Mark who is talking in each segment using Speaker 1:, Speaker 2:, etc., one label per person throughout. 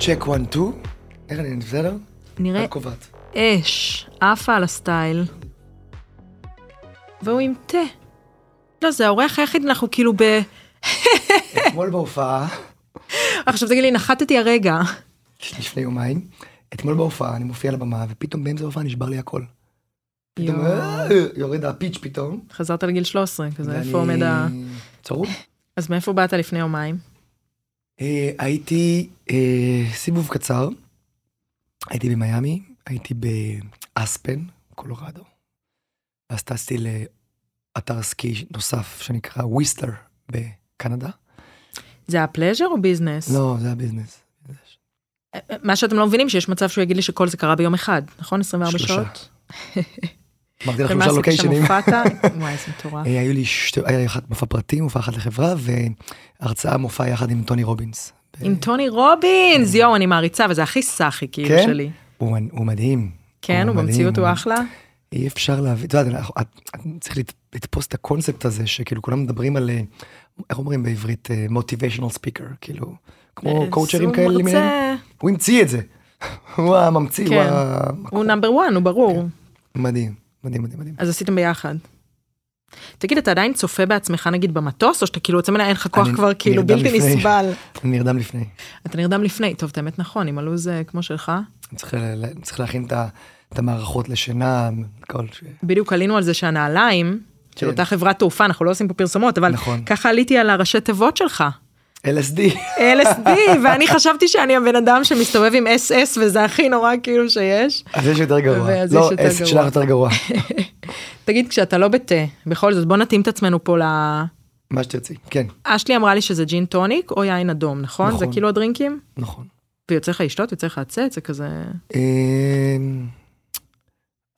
Speaker 1: צ'ק 1, 2. איך אני בסדר?
Speaker 2: נראה
Speaker 1: את קובעת.
Speaker 2: אש, עפה על הסטייל. והוא עם תה. לא, זה האורח היחיד, אנחנו כאילו ב...
Speaker 1: אתמול בהופעה,
Speaker 2: עכשיו תגיד לי, נחתתי הרגע.
Speaker 1: לפני יומיים, אתמול בהופעה, אני מופיע על הבמה, ופתאום באמצע ההופעה נשבר לי הקול. פתאום,
Speaker 2: יואו.
Speaker 1: אה, יורד הפיץ' פתאום.
Speaker 2: חזרת לגיל 13, כזה,
Speaker 1: ואני
Speaker 2: איפה עומד ה...
Speaker 1: צרוד.
Speaker 2: אז מאיפה באת לפני יומיים?
Speaker 1: אה, הייתי אה, סיבוב קצר, הייתי במיאמי, הייתי באספן, קולורדו, ואז טסתי לאתר סקי נוסף שנקרא וויסטלר בקנדה.
Speaker 2: זה היה פלז'ר או ביזנס?
Speaker 1: לא, זה הביזנס.
Speaker 2: מה שאתם לא מבינים, שיש מצב שהוא יגיד לי שכל זה קרה ביום אחד, נכון? 24
Speaker 1: שלושה.
Speaker 2: שעות?
Speaker 1: אמרתי לך שלושה
Speaker 2: ומה עשית שם?
Speaker 1: לוקיישנים.
Speaker 2: הופעת? וואי, זה מטורף.
Speaker 1: אה, היו לי שתי, היה אחת מופע פרטי, מופע אחת לחברה, והרצאה מופע יחד עם טוני רובינס.
Speaker 2: עם טוני רובינס, יואו, אני מעריצה, וזה הכי סאחי כאילו
Speaker 1: כן?
Speaker 2: שלי.
Speaker 1: הוא, הוא מדהים.
Speaker 2: כן, הוא
Speaker 1: מדהים,
Speaker 2: במציאות הוא אחלה.
Speaker 1: אי אפשר להבין, את יודעת, אנחנו- את- את- צריך לת- לתפוס את הקונספט הזה, שכאילו כולם מדברים על, אה, איך אומרים בעברית, מוטיביישנל ספיקר, כאילו, כמו
Speaker 2: אה,
Speaker 1: קואוצ'רים
Speaker 2: הוא
Speaker 1: כאלה
Speaker 2: מרצה,
Speaker 1: למיניהם. הוא המציא את זה. הוא הממציא, הוא
Speaker 2: כן.
Speaker 1: ה...
Speaker 2: הוא נאמבר וואן, הוא ברור.
Speaker 1: מדהים, מדהים, מדהים, מדהים.
Speaker 2: אז עשיתם ביחד. תגיד, אתה עדיין צופה בעצמך נגיד במטוס, או שאתה כאילו יוצא ממנה, אין לך כוח
Speaker 1: אני
Speaker 2: כבר כאילו
Speaker 1: נרדם
Speaker 2: בלתי
Speaker 1: לפני.
Speaker 2: נסבל?
Speaker 1: אני נרדם לפני.
Speaker 2: אתה נרדם לפני, טוב, את האמת נכון, עם הלו"ז אה, כמו שלך.
Speaker 1: אני צריך, ל- ל- צריך להכין את ה- את המערכות לשינה, כל... ש-
Speaker 2: בדיוק עלינו על זה שהנעליים, של
Speaker 1: כן.
Speaker 2: אותה חברת תעופה, אנחנו לא עושים פה פרסומות, אבל
Speaker 1: נכון.
Speaker 2: ככה עליתי על הראשי תיבות שלך.
Speaker 1: LSD.
Speaker 2: LSD, ואני חשבתי שאני הבן אדם שמסתובב עם SS, וזה הכי נורא כאילו שיש.
Speaker 1: אז יש יותר גרוע.
Speaker 2: ואז
Speaker 1: לא,
Speaker 2: יש יותר
Speaker 1: עסק
Speaker 2: גרוע.
Speaker 1: שלך יותר גרוע.
Speaker 2: תגיד, כשאתה לא בתה, בכל זאת, בוא נתאים את עצמנו פה ל...
Speaker 1: מה שתרצי, כן,
Speaker 2: אשלי אמרה לי שזה ג'ין טוניק או יין אדום, נכון?
Speaker 1: נכון.
Speaker 2: זה כאילו הדרינקים?
Speaker 1: נכון.
Speaker 2: ויוצא לך לשתות, יוצא לך לצאת, זה כזה...
Speaker 1: אמ,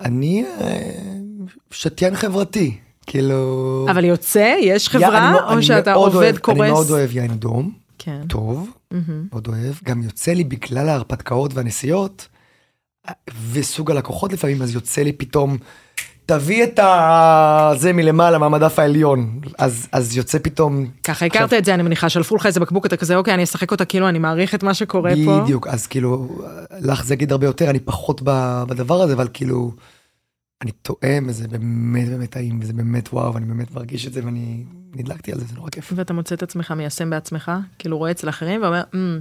Speaker 1: אני אה, שתיין חברתי, כאילו...
Speaker 2: אבל יוצא, יש
Speaker 1: יא, אני
Speaker 2: חברה,
Speaker 1: מאוד-
Speaker 2: או
Speaker 1: אני
Speaker 2: שאתה
Speaker 1: מאוד
Speaker 2: עובד
Speaker 1: אוהב-
Speaker 2: קורס?
Speaker 1: אני מאוד אוהב יין אדום,
Speaker 2: כן.
Speaker 1: טוב,
Speaker 2: מהמם.
Speaker 1: מאוד אוהב. גם יוצא לי בגלל ההרפתקאות והנסיעות, אה, וסוג הלקוחות לפעמים, אז יוצא לי פתאום, תביא את ה- זה מלמעלה, מהמדף העליון. אז אז יוצא פתאום...
Speaker 2: ככה הכרת את זה, אני מניחה, שלפו לך איזה בקבוק, אתה כזה, אוקיי, אני אשחק אותה כאילו אני מעריך את מה שקורה פה.
Speaker 1: בדיוק, אז כאילו, לך זה יגיד הרבה יותר, אני פחות ב- בדבר הזה, אבל כאילו, אני טועם, וזה באמת באמת טעים, וזה באמת וואו, ואני באמת מרגיש את זה, ואני נדלקתי על זה, זה נורא כיף.
Speaker 2: ואתה מוצא את עצמך מיישם בעצמך, כאילו רואה אצל אחרים ואומר, "אמ,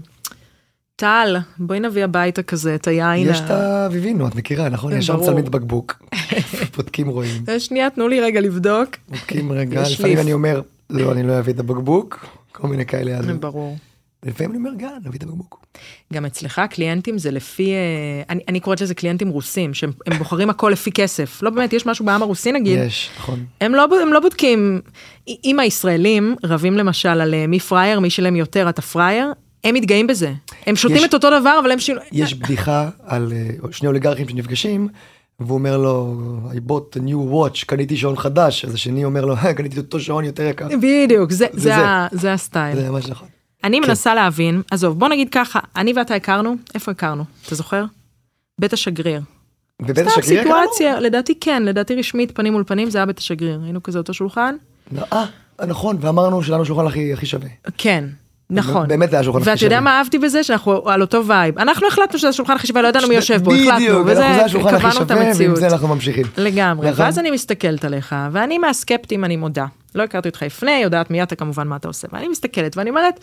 Speaker 2: טל, בואי נביא הביתה כזה את היין.
Speaker 1: יש
Speaker 2: ה-
Speaker 1: את האביבינו, את מכירה, נכון?
Speaker 2: כן,
Speaker 1: ישר
Speaker 2: ברור.
Speaker 1: מצלמים את הבקבוק, בודקים רואים,
Speaker 2: אה, שנייה, תנו לי רגע לבדוק.
Speaker 1: בודקים רגע,
Speaker 2: יש
Speaker 1: לפעמים
Speaker 2: ליף.
Speaker 1: אני אומר, לא, אני לא אביא את הבקבוק, כל מיני כאלה, אז
Speaker 2: ברור.
Speaker 1: לפעמים אני אומר, גן, נביא את הבקבוק.
Speaker 2: כן. גם אצלך קליינטים זה לפי, אה, אני, אני קוראת לזה קליינטים רוסים, שהם הם בוחרים הכל לפי כסף. לא באמת, יש משהו בעם הרוסי נגיד,
Speaker 1: יש, נכון.
Speaker 2: הם, לא, ב- הם לא בודקים. א- אם הישראלים רבים למשל על אה, מי פראייר, מי שלם יותר, אתה פראייר, הם מתגאים בזה. הם שותים
Speaker 1: יש-
Speaker 2: את אותו דבר, אבל הם שינו...
Speaker 1: יש בדיחה על אה, שני אוליגרכים שנפגשים, והוא אומר לו, I bought a new watch, קניתי שעון חדש, אז השני אומר לו, "אה, קניתי אותו שעון יותר יקר.
Speaker 2: בדיוק, זה,
Speaker 1: זה
Speaker 2: זה,
Speaker 1: זה.
Speaker 2: ה- זה הסטייל.
Speaker 1: זה ממש נכון.
Speaker 2: אני מנסה להבין, עזוב, בוא נגיד ככה, אני ואתה הכרנו, איפה הכרנו? אתה זוכר? בית השגריר.
Speaker 1: ובית
Speaker 2: סתם
Speaker 1: השגריר הכרנו?
Speaker 2: סיטואציה, לדעתי כן, לדעתי רשמית פנים מול פנים זה היה בית השגריר, היינו כזה אותו שולחן.
Speaker 1: לא, אה, נכון, ואמרנו שלנו השולחן הכי הכי שווה.
Speaker 2: כן, נכון.
Speaker 1: באמת זה היה השולחן הכי
Speaker 2: ואתה יודע
Speaker 1: שווה.
Speaker 2: מה אהבתי בזה? שאנחנו על אותו וייב. אנחנו החלטנו שזה השולחן הכי שווה, לא ידענו מי יושב בו,
Speaker 1: בדיוק,
Speaker 2: החלטנו,
Speaker 1: אנחנו זה
Speaker 2: וזה,
Speaker 1: השולחן הכי
Speaker 2: קבענו את
Speaker 1: שווה, ועם
Speaker 2: המציאות.
Speaker 1: זה אנחנו ממשיכים.
Speaker 2: לגמרי,
Speaker 1: נכון.
Speaker 2: ואז אני מסתכלת עליך, ואני מהסקפטים, אני מודה. לא הכרתי אותך לפני, יודעת מיד אתה כמובן מה אתה עושה, ואני מסתכלת ואני אומרת,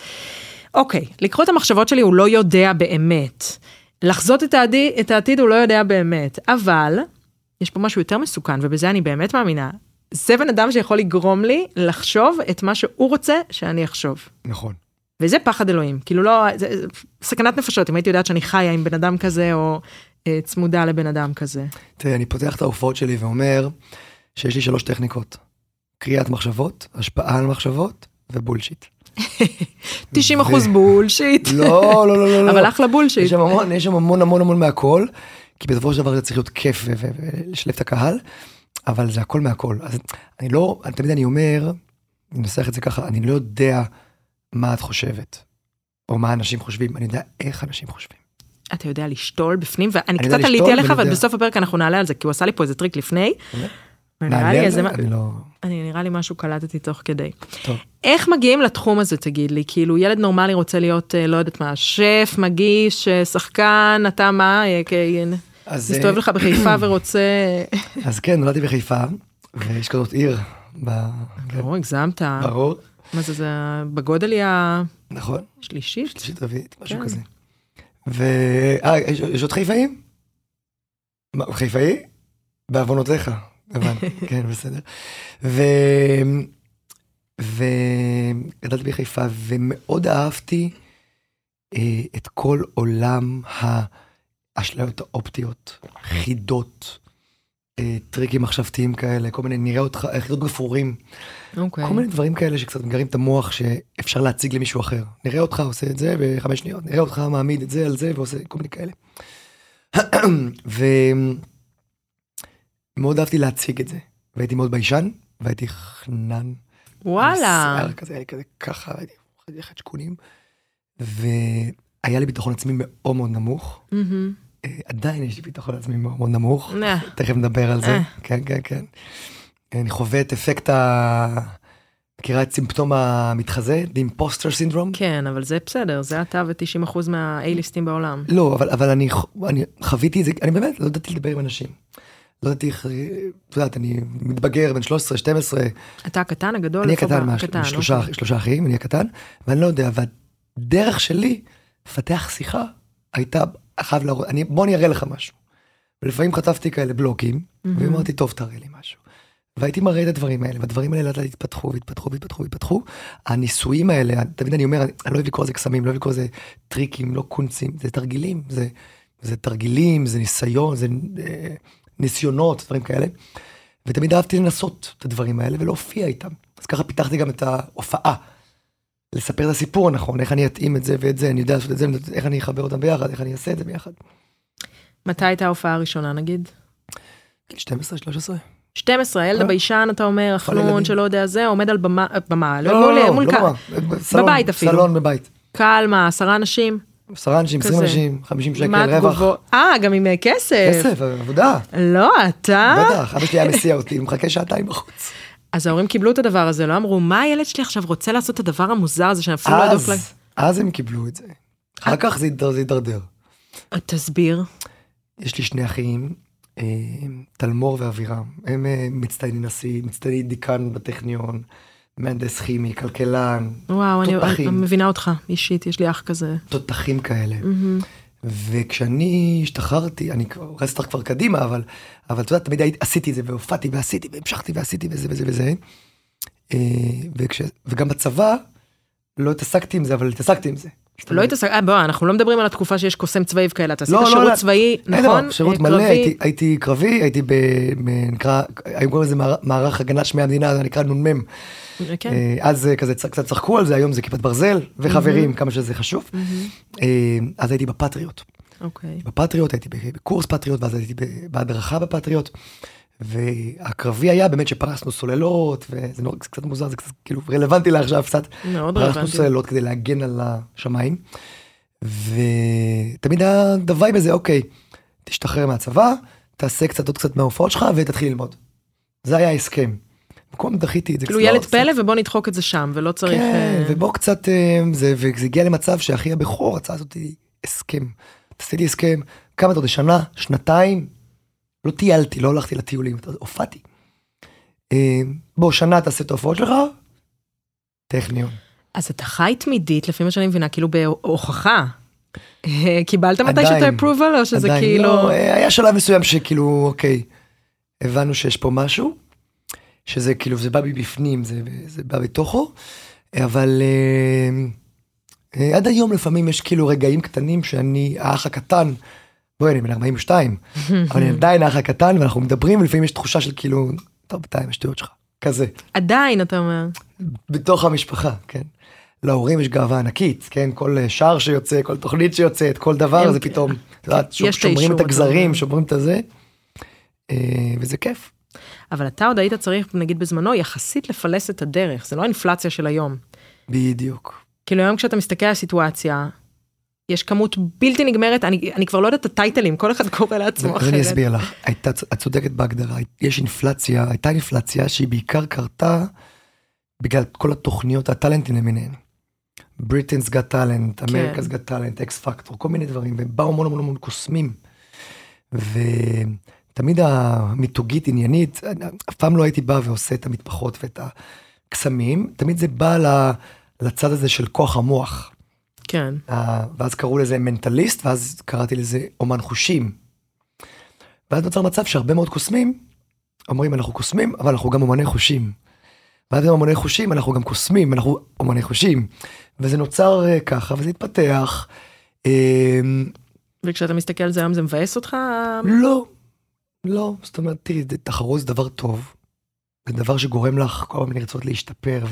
Speaker 2: אוקיי, לקרוא את המחשבות שלי הוא לא יודע באמת. לחזות את העתיד, את העתיד הוא לא יודע באמת, אבל יש פה משהו יותר מסוכן, ובזה אני באמת מאמינה. זה בן אדם שיכול לגרום לי לחשוב את מה שהוא רוצה שאני אחשוב.
Speaker 1: נכון.
Speaker 2: וזה פחד אלוהים, כאילו לא, זה, זה סכנת נפשות, אם הייתי יודעת שאני חיה עם בן אדם כזה, או אה, צמודה לבן אדם כזה.
Speaker 1: תראה, אני פותח את ההופעות שלי ואומר שיש לי שלוש טכניקות. קריאת מחשבות, השפעה על מחשבות ובולשיט.
Speaker 2: 90 אחוז בולשיט.
Speaker 1: לא, לא, לא, לא. לא.
Speaker 2: אבל אחלה
Speaker 1: יש
Speaker 2: בולשיט.
Speaker 1: שם המון, יש שם המון המון המון מהכל, כי בסופו של דבר זה צריך להיות כיף ו- ו- ולשלב את הקהל, אבל זה הכל מהכל. אז אני לא, אני- תמיד אני אומר, אני מנסח את זה ככה, אני לא יודע מה את חושבת, או מה אנשים חושבים, אני יודע איך אנשים חושבים.
Speaker 2: אתה יודע לשתול בפנים, ואני
Speaker 1: אני
Speaker 2: קצת
Speaker 1: יודע
Speaker 2: עליתי
Speaker 1: לשתול
Speaker 2: עליך,
Speaker 1: ואני
Speaker 2: אבל
Speaker 1: יודע. אוקיי.
Speaker 2: בסוף הפרק אנחנו נעלה על זה, כי הוא עשה לי פה איזה טריק לפני. נראה לי
Speaker 1: נעלה על
Speaker 2: איזה...
Speaker 1: זה?
Speaker 2: מה-
Speaker 1: אני לא...
Speaker 2: אני נראה לי משהו קלטתי תוך כדי.
Speaker 1: טוב.
Speaker 2: איך מגיעים לתחום הזה תגיד לי כאילו ילד נורמלי רוצה להיות אה, לא יודעת מה שף מגיש אה, שחקן אתה מה אה, כן,
Speaker 1: אז, אה,
Speaker 2: מסתובב לך בחיפה ורוצה
Speaker 1: אז כן, נולדתי בחיפה, ויש כזאת עיר. ב...
Speaker 2: לא הגזמת
Speaker 1: ברור.
Speaker 2: מה זה זה בגודל היא
Speaker 1: נכון.
Speaker 2: השלישית
Speaker 1: שלישית רביעית, משהו
Speaker 2: כן.
Speaker 1: כזה. ו... אה, יש, יש עוד חיפאים? מה, הוא חיפאי? בעוונותיך, הבנתי, כן, בסדר. ו... וגדלתי בחיפה, ומאוד אהבתי אה, את כל עולם האשליות האופטיות, חידות, אה, טריקים מחשבתיים כאלה, כל מיני, נראה אותך, אה, חידות גפרורים.
Speaker 2: אוקיי
Speaker 1: כל מיני דברים כאלה שקצת מגרים את המוח שאפשר להציג למישהו אחר. נראה אותך עושה את זה בחמש שניות, נראה אותך מעמיד את זה על זה ועושה כל מיני כאלה. ומאוד אהבתי להציג את זה, והייתי מאוד ביישן, והייתי חנן.
Speaker 2: וואלה
Speaker 1: שיער כזה, היה לי כזה ככה, והייתי חתיכת חדשקונים. והיה לי ביטחון עצמי מאוד מאוד נמוך.
Speaker 2: מהמם.
Speaker 1: אה, עדיין יש לי ביטחון עצמי מאוד מאוד נמוך.
Speaker 2: אה,
Speaker 1: תכף נדבר על זה,
Speaker 2: אה.
Speaker 1: כן, כן, כן. אני חווה את אפקט ה... מכירה את סימפטום המתחזה? The imposter syndrome?
Speaker 2: כן אבל זה בסדר זה אתה ו-90% מהאייליסטים בעולם
Speaker 1: לא, אבל, אבל אני, ח- אני חוויתי את זה, אני באמת לא ידעתי לדבר עם אנשים. לא ידעתי איך, את יודעת, אני מתבגר בן 13, 12,
Speaker 2: אתה הקטן הגדול
Speaker 1: אני
Speaker 2: איפה
Speaker 1: הקטן,
Speaker 2: בא?
Speaker 1: מה-
Speaker 2: הקטן,
Speaker 1: שלושה-
Speaker 2: אוקיי.
Speaker 1: שלושה אחים, אני הקטן, ואני לא יודע, והדרך שלי לפתח שיחה הייתה, חייב להראות, אני- בוא אני אראה לך משהו. ולפעמים חטפתי כאלה בלוקים,
Speaker 2: מהמם.
Speaker 1: ואמרתי, טוב, תראה לי משהו. והייתי מראה את הדברים האלה, והדברים האלה לאט לאט התפתחו, והתפתחו, והתפתחו, והתפתחו. הניסויים האלה, תמיד אני אומר, אני אני לא אוהב לקרוא לזה קסמים, לא אוהב לקרוא לזה טריקים, לא קונצים, זה תרגילים, זה, זה תרגילים, זה ניסיון, זה אה, ניסיונות, דברים כאלה. ותמיד אהבתי לנסות את הדברים האלה ולהופיע איתם. אז ככה פיתחתי גם את ההופעה. לספר את הסיפור הנכון, איך אני אתאים את זה ואת זה, אני יודע לעשות את זה, איך אני אחבר אותם ביחד, איך אני אעשה את זה ביחד.
Speaker 2: מתי הייתה ההופעה הראשונה נגיד?
Speaker 1: גיל 12, 13?
Speaker 2: 12 הילד
Speaker 1: אה.
Speaker 2: הביישן אתה אומר החנון
Speaker 1: ילדים.
Speaker 2: שלא יודע זה עומד על במה במה לא,
Speaker 1: לא,
Speaker 2: מול,
Speaker 1: לא,
Speaker 2: מול
Speaker 1: לא
Speaker 2: קהל.
Speaker 1: נורא. סלון,
Speaker 2: בבית אפילו.
Speaker 1: סלון בבית.
Speaker 2: קהל מה עשרה אנשים
Speaker 1: עשרה אנשים, עשרים
Speaker 2: כזה.
Speaker 1: אנשים, חמישים
Speaker 2: מה
Speaker 1: שקל, רווח.
Speaker 2: התגובות? אה גם עם אה, כסף.
Speaker 1: כסף, עבודה.
Speaker 2: לא אתה
Speaker 1: בטח, אבא שלי היה מסיע אותי, מחכה שעתיים בחוץ.
Speaker 2: אז ההורים קיבלו את הדבר הזה לא אמרו מה הילד שלי עכשיו רוצה לעשות את הדבר המוזר הזה שאפילו לא אה. יודעות
Speaker 1: אז, אז הם קיבלו את זה. אחר כך זה הידר- זה הידרדר.
Speaker 2: לה... תסביר
Speaker 1: יש לי שני אחים, אה, תלמור ואבירם. הם אה, מצטייני נשיא, מצטייני דיקן בטכניון, מהנדס כימי, כלכלן,
Speaker 2: וואו אני, אני,
Speaker 1: תותחים.
Speaker 2: אני מבינה אותך אישית יש לי אח כזה.
Speaker 1: תותחים כאלה.
Speaker 2: מהמם.
Speaker 1: וכשאני השתחררתי, אני כבר רץ אותך כבר קדימה, אבל, אבל אתה יודע, תמיד הייתי, עשיתי את זה, והופעתי ועשיתי, והמשכתי ועשיתי וזה וזה וזה. אה, וכש, וגם בצבא, לא התעסקתי עם זה, אבל התעסקתי עם זה. זאת
Speaker 2: לא
Speaker 1: אומרת,
Speaker 2: התעסק... אה, בוא, אנחנו לא מדברים על התקופה שיש קוסם צבאי וכאלה, אתה עשית
Speaker 1: לא, לא,
Speaker 2: שירות
Speaker 1: לא.
Speaker 2: צבאי,
Speaker 1: אין
Speaker 2: נכון?
Speaker 1: דבר, שירות
Speaker 2: אה,
Speaker 1: מלא,
Speaker 2: קרבי?
Speaker 1: הייתי, הייתי קרבי, הייתי ב... ב- נקרא, היו קוראים לזה מערך- מערך הגנת שמי המדינה, זה נקרא נ"מ.
Speaker 2: כן.
Speaker 1: אה, אז אה, כזה צ- קצת צחקו על זה, היום זה כיפת ברזל, וחברים, כמה שזה חשוב. אה, אז הייתי בפטריוט.
Speaker 2: אוקיי.
Speaker 1: בפטריוט, הייתי בקורס פטריוט, ואז הייתי ב- בהדרכה בפטריוט. והקרבי היה באמת שפרסנו סוללות, וזה נורא, זה קצת מוזר, זה קצת כאילו רלוונטי לעכשיו קצת.
Speaker 2: מאוד
Speaker 1: פרסנו
Speaker 2: לא רלוונטי.
Speaker 1: סוללות כדי להגן על השמיים. ותמיד היה דווי בזה, אוקיי, תשתחרר מהצבא, תעשה קצת עוד קצת מההופעות שלך ותתחיל ללמוד. זה היה ההסכם. במקום דחיתי את זה
Speaker 2: כאילו
Speaker 1: קצת,
Speaker 2: ילד
Speaker 1: לא,
Speaker 2: פלא ובוא נדחוק את זה שם ולא צריך...
Speaker 1: כן,
Speaker 2: אה,
Speaker 1: ובוא קצת, אה, זה, וזה הגיע למצב שאחי הבכור רצה לעשות איתי הסכם. עשיתי הסכם, כמה אתה עוד שנה, שנתיים, לא טיילתי, לא הלכתי לטיולים, אתה- הופעתי. אה, בוא, שנה תעשה את ההופעות שלך, טכניון.
Speaker 2: אז אתה חי תמידית לפי מה שאני מבינה כאילו בהוכחה. אה, קיבלת מתישהו את
Speaker 1: עדיין.
Speaker 2: ה-approval או שזה
Speaker 1: עדיין
Speaker 2: כאילו...
Speaker 1: לא, אה, היה שלב מסוים שכאילו, אוקיי, הבנו שיש פה משהו, שזה כאילו, זה בא מבפנים, זה, זה בא בתוכו, אבל אה, אה, עד היום לפעמים יש כאילו רגעים קטנים שאני האח הקטן, בואי, אני בן 42, אבל אני עדיין האח הקטן, ואנחנו מדברים, ולפעמים יש תחושה של כאילו, טוב, די, עם השטויות שלך, כזה,
Speaker 2: עדיין אתה אומר.
Speaker 1: בתוך המשפחה, כן. להורים יש גאווה ענקית, כן? כל אה, שער שיוצא, כל תוכנית שיוצאת, כל דבר,
Speaker 2: הם-
Speaker 1: זה פתאום, את יודעת,
Speaker 2: יש את
Speaker 1: שומרים את
Speaker 2: האישור, אתה אומר.
Speaker 1: הגזרים, שומרים את הזה, אה, וזה כיף.
Speaker 2: אבל אתה עוד היית צריך נגיד בזמנו יחסית לפלס את הדרך זה לא האינפלציה של היום.
Speaker 1: בדיוק.
Speaker 2: כאילו היום כשאתה מסתכל על הסיטואציה. יש כמות בלתי נגמרת, אני, אני כבר לא יודעת את הטייטלים, כל אחד קורא לעצמו אחרת.
Speaker 1: אני אסביר לך, הייתה, את צודקת בהגדרה, יש אינפלציה, הייתה אינפלציה שהיא בעיקר קרתה בגלל כל התוכניות, הטאלנטים למיניהן. בריטנס גאט טאלנט, אמריקס גאט טאלנט, אקס פקטור, כל מיני דברים, ובאו המון המון המון קוסמים. ותמיד המיתוגית עניינית, אף פעם לא הייתי בא ועושה את המטפחות ואת הקסמים, תמיד זה בא ל- לצד הזה של כוח המוח.
Speaker 2: כן.
Speaker 1: אה, ואז קראו לזה מנטליסט, ואז קראתי לזה אומן חושים. ואז נוצר מצב שהרבה מאוד קוסמים, אומרים אנחנו קוסמים, אבל אנחנו גם אומני חושים. ואז הם אומני חושים, אנחנו גם קוסמים, אנחנו אומני חושים. וזה נוצר אה, ככה, וזה התפתח. אה,
Speaker 2: וכשאתה מסתכל על זה היום זה מבאס אותך?
Speaker 1: לא, לא, זאת אומרת, תראי, זה- תחרות זה דבר טוב. זה דבר שגורם לך כל הזמן לרצות להשתפר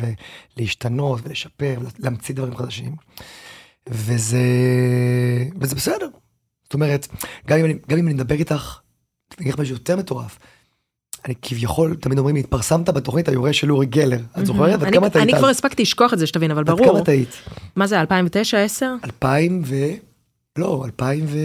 Speaker 1: ולהשתנות ולשפר ולהמציא דברים חדשים. וזה, וזה בסדר. זאת אומרת, גם אם אני, גם אם אני מדבר איתך, אני אגיד לך משהו יותר מטורף. אני כביכול, תמיד אומרים לי, התפרסמת בתוכנית היורש של אורי גלר. את זוכרת? עד
Speaker 2: אני,
Speaker 1: כמה את היית?
Speaker 2: אני כבר הספקתי לשכוח את זה שתבין, אבל
Speaker 1: עד כמה
Speaker 2: ברור.
Speaker 1: את היית?
Speaker 2: מה זה, 2009, 10?
Speaker 1: 2000 ו... לא, 2000 ו...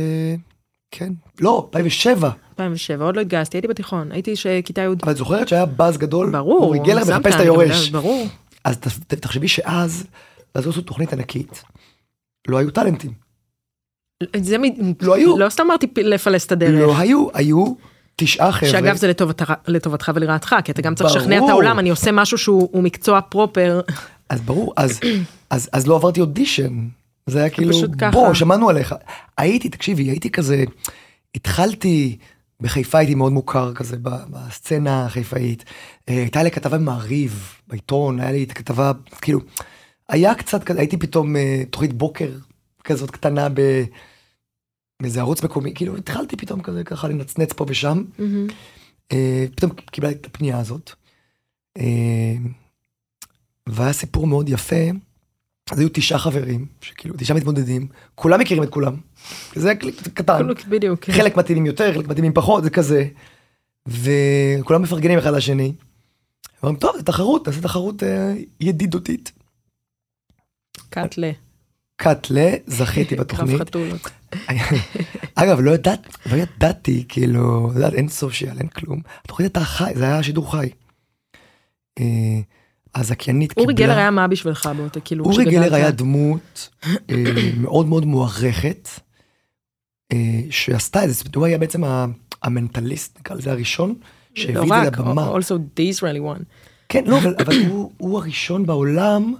Speaker 1: כן. לא, 2007.
Speaker 2: 2007, עוד לא התגייסתי, הייתי בתיכון, הייתי ש- כיתה י'.
Speaker 1: אבל את זוכרת שהיה באז גדול?
Speaker 2: ברור.
Speaker 1: אורי גלר
Speaker 2: שמת,
Speaker 1: מחפש את
Speaker 2: אני
Speaker 1: היורש.
Speaker 2: יודעת, ברור.
Speaker 1: אז ת- ת- תחשבי שאז, אז עשו תוכנית ענקית, לא היו טאלנטים.
Speaker 2: זה מ...
Speaker 1: לא היו.
Speaker 2: לא סתם אמרתי פ- לפלס את הדרך.
Speaker 1: לא היו, היו תשעה חבר'ה.
Speaker 2: שאגב זה לטובתך, לטובתך ולרעתך, כי אתה גם צריך לשכנע את
Speaker 1: ברור.
Speaker 2: העולם, אני עושה משהו שהוא הוא מקצוע פרופר.
Speaker 1: אז ברור, אז, אז, אז לא עברתי אודישן. זה היה כאילו,
Speaker 2: פשוט ככה.
Speaker 1: בוא, שמענו עליך. הייתי, תקשיבי, הייתי כזה, התחלתי, בחיפה הייתי מאוד מוכר כזה ב- בסצנה החיפאית. אה, הייתה לי כתבה במעריב, בעיתון, היה לי את הכתבה, כאילו, היה קצת, כזה, הייתי פתאום אה, תוכנית בוקר כזאת קטנה ב- באיזה ערוץ מקומי, כאילו, התחלתי פתאום כזה ככה לנצנץ פה ושם. אה, פתאום קיבלה את הפנייה הזאת. אה, והיה סיפור מאוד יפה, אז היו תשעה חברים, שכאילו תשעה מתמודדים, כולם מכירים את כולם, זה היה קליק קטן,
Speaker 2: כאילו, בדיוק. כן.
Speaker 1: חלק מתאימים יותר, חלק מתאימים פחות, זה כזה, וכולם מפרגנים אחד לשני. אומרים, טוב, זו תחרות, נעשה תחרות אה, ידידותית.
Speaker 2: קאטלה,
Speaker 1: קאטלה, זכיתי
Speaker 2: כן, קרב
Speaker 1: בתוכנית.
Speaker 2: חתולות.
Speaker 1: אגב, לא, ידעת, לא ידעתי, כאילו, לא יודעת, אין סושיאל, אין כלום. התוכנית הייתה חי, זה היה שידור חי. אה, הזכיינית
Speaker 2: אורי גלר היה מה בשבילך באותה, כאילו,
Speaker 1: אורי
Speaker 2: כשגדלת?
Speaker 1: גלר היה דמות אה, מאוד מאוד מוערכת, אה, שעשתה את זה, זאת אומרת, הוא היה בעצם ה- המנטליסט, נקרא לזה הראשון, שהביא את
Speaker 2: לא
Speaker 1: זה
Speaker 2: רק,
Speaker 1: לבמה.
Speaker 2: also the Israeli one.
Speaker 1: כן, לא, אבל, אבל הוא, הוא הראשון בעולם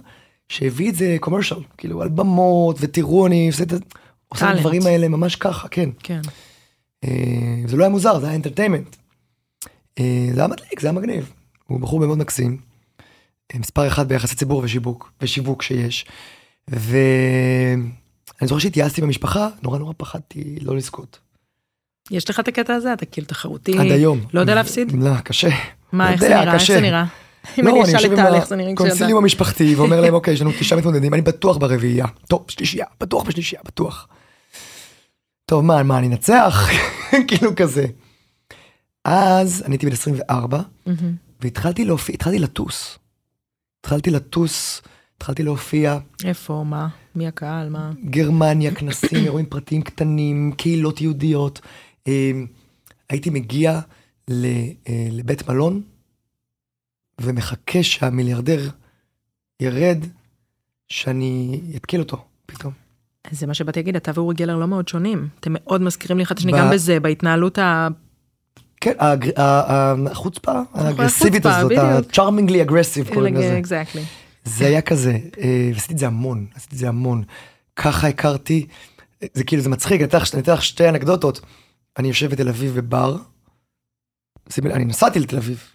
Speaker 1: שהביא את זה קומרשל, כאילו, על במות, ותראו, אני עושה את ה- עושה את
Speaker 2: טאלנט.
Speaker 1: הדברים האלה ממש ככה, כן.
Speaker 2: כן.
Speaker 1: אה, זה לא היה מוזר, זה היה אינטרטיימנט. אה, זה היה מדליק, זה היה מגניב. הוא בחור מאוד מקסים. אה, מספר אחד ביחסי ציבור ושיווק, ושיווק שיש. ואני זוכר שהתייעצתי במשפחה, נורא נורא פחדתי לא לזכות.
Speaker 2: יש לך את הקטע הזה? אתה כאילו תחרותי.
Speaker 1: עד היום.
Speaker 2: לא יודע להפסיד?
Speaker 1: לא, קשה.
Speaker 2: מה,
Speaker 1: לא
Speaker 2: איך זה
Speaker 1: יודע,
Speaker 2: נראה? איך
Speaker 1: קשה. לא,
Speaker 2: זה נראה? אם אני
Speaker 1: יושב
Speaker 2: אשאל
Speaker 1: עם
Speaker 2: את טל
Speaker 1: ה-
Speaker 2: איך זה נראה כשאתה...
Speaker 1: קונסיליום המשפחתי ואומר להם אוקיי יש לנו תשעה מתמודדים אני בטוח ברביעייה טוב שלישייה בטוח בשלישייה בטוח. טוב מה מה אני אנצח כאילו כזה. אז אני הייתי בן 24
Speaker 2: מהמם.
Speaker 1: והתחלתי להופיע התחלתי לטוס. התחלתי לטוס התחלתי להופיע
Speaker 2: איפה, מה? מי הקהל? מה?
Speaker 1: גרמניה כנסים אירועים פרטיים קטנים קהילות יהודיות. אה, הייתי מגיע ל- אה, לבית מלון ומחכה שהמיליארדר ירד, שאני אתקיל אותו פתאום.
Speaker 2: זה מה שבאתי להגיד, אתה ואורי גלר לא מאוד שונים. אתם מאוד מזכירים לי אחד את השני
Speaker 1: ב-
Speaker 2: גם בזה, בהתנהלות ה...
Speaker 1: כן, האגר- ה- ה- החוצפה האגרסיבית
Speaker 2: החוצפה,
Speaker 1: הזאת,
Speaker 2: בדיוק.
Speaker 1: ה-charmingly aggressive קוראים לזה.
Speaker 2: כן, Exactly.
Speaker 1: זה היה כזה, אה, ועשיתי את זה המון, עשיתי את זה המון. ככה הכרתי, אה, זה כאילו, זה מצחיק, אני אתן לך- אני אתן לך שתי אנקדוטות. אני יושב בתל אביב בבר, שימי לב, אני נסעתי לתל אביב,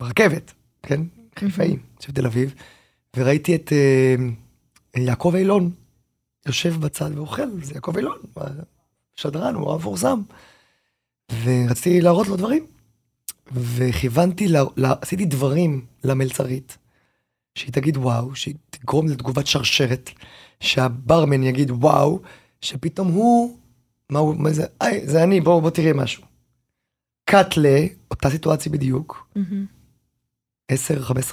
Speaker 1: ברכבת, כן? חיפאים, יושב בתל אביב, וראיתי את אה, יעקב אילון, יושב בצד ואוכל, זה יעקב אילון, שדרן, הוא המפורסם. ורציתי להראות לו דברים, וכיוונתי, לה, לה, עשיתי דברים למלצרית. שהיא תגיד וואו, שהיא תגרום לתגובת שרשרת, שהברמן יגיד וואו, שפתאום הוא, מה הוא, מה זה, היי, זה אני, בואו בוא תראה משהו. קאטלה, אותה סיטואציה בדיוק, 10-15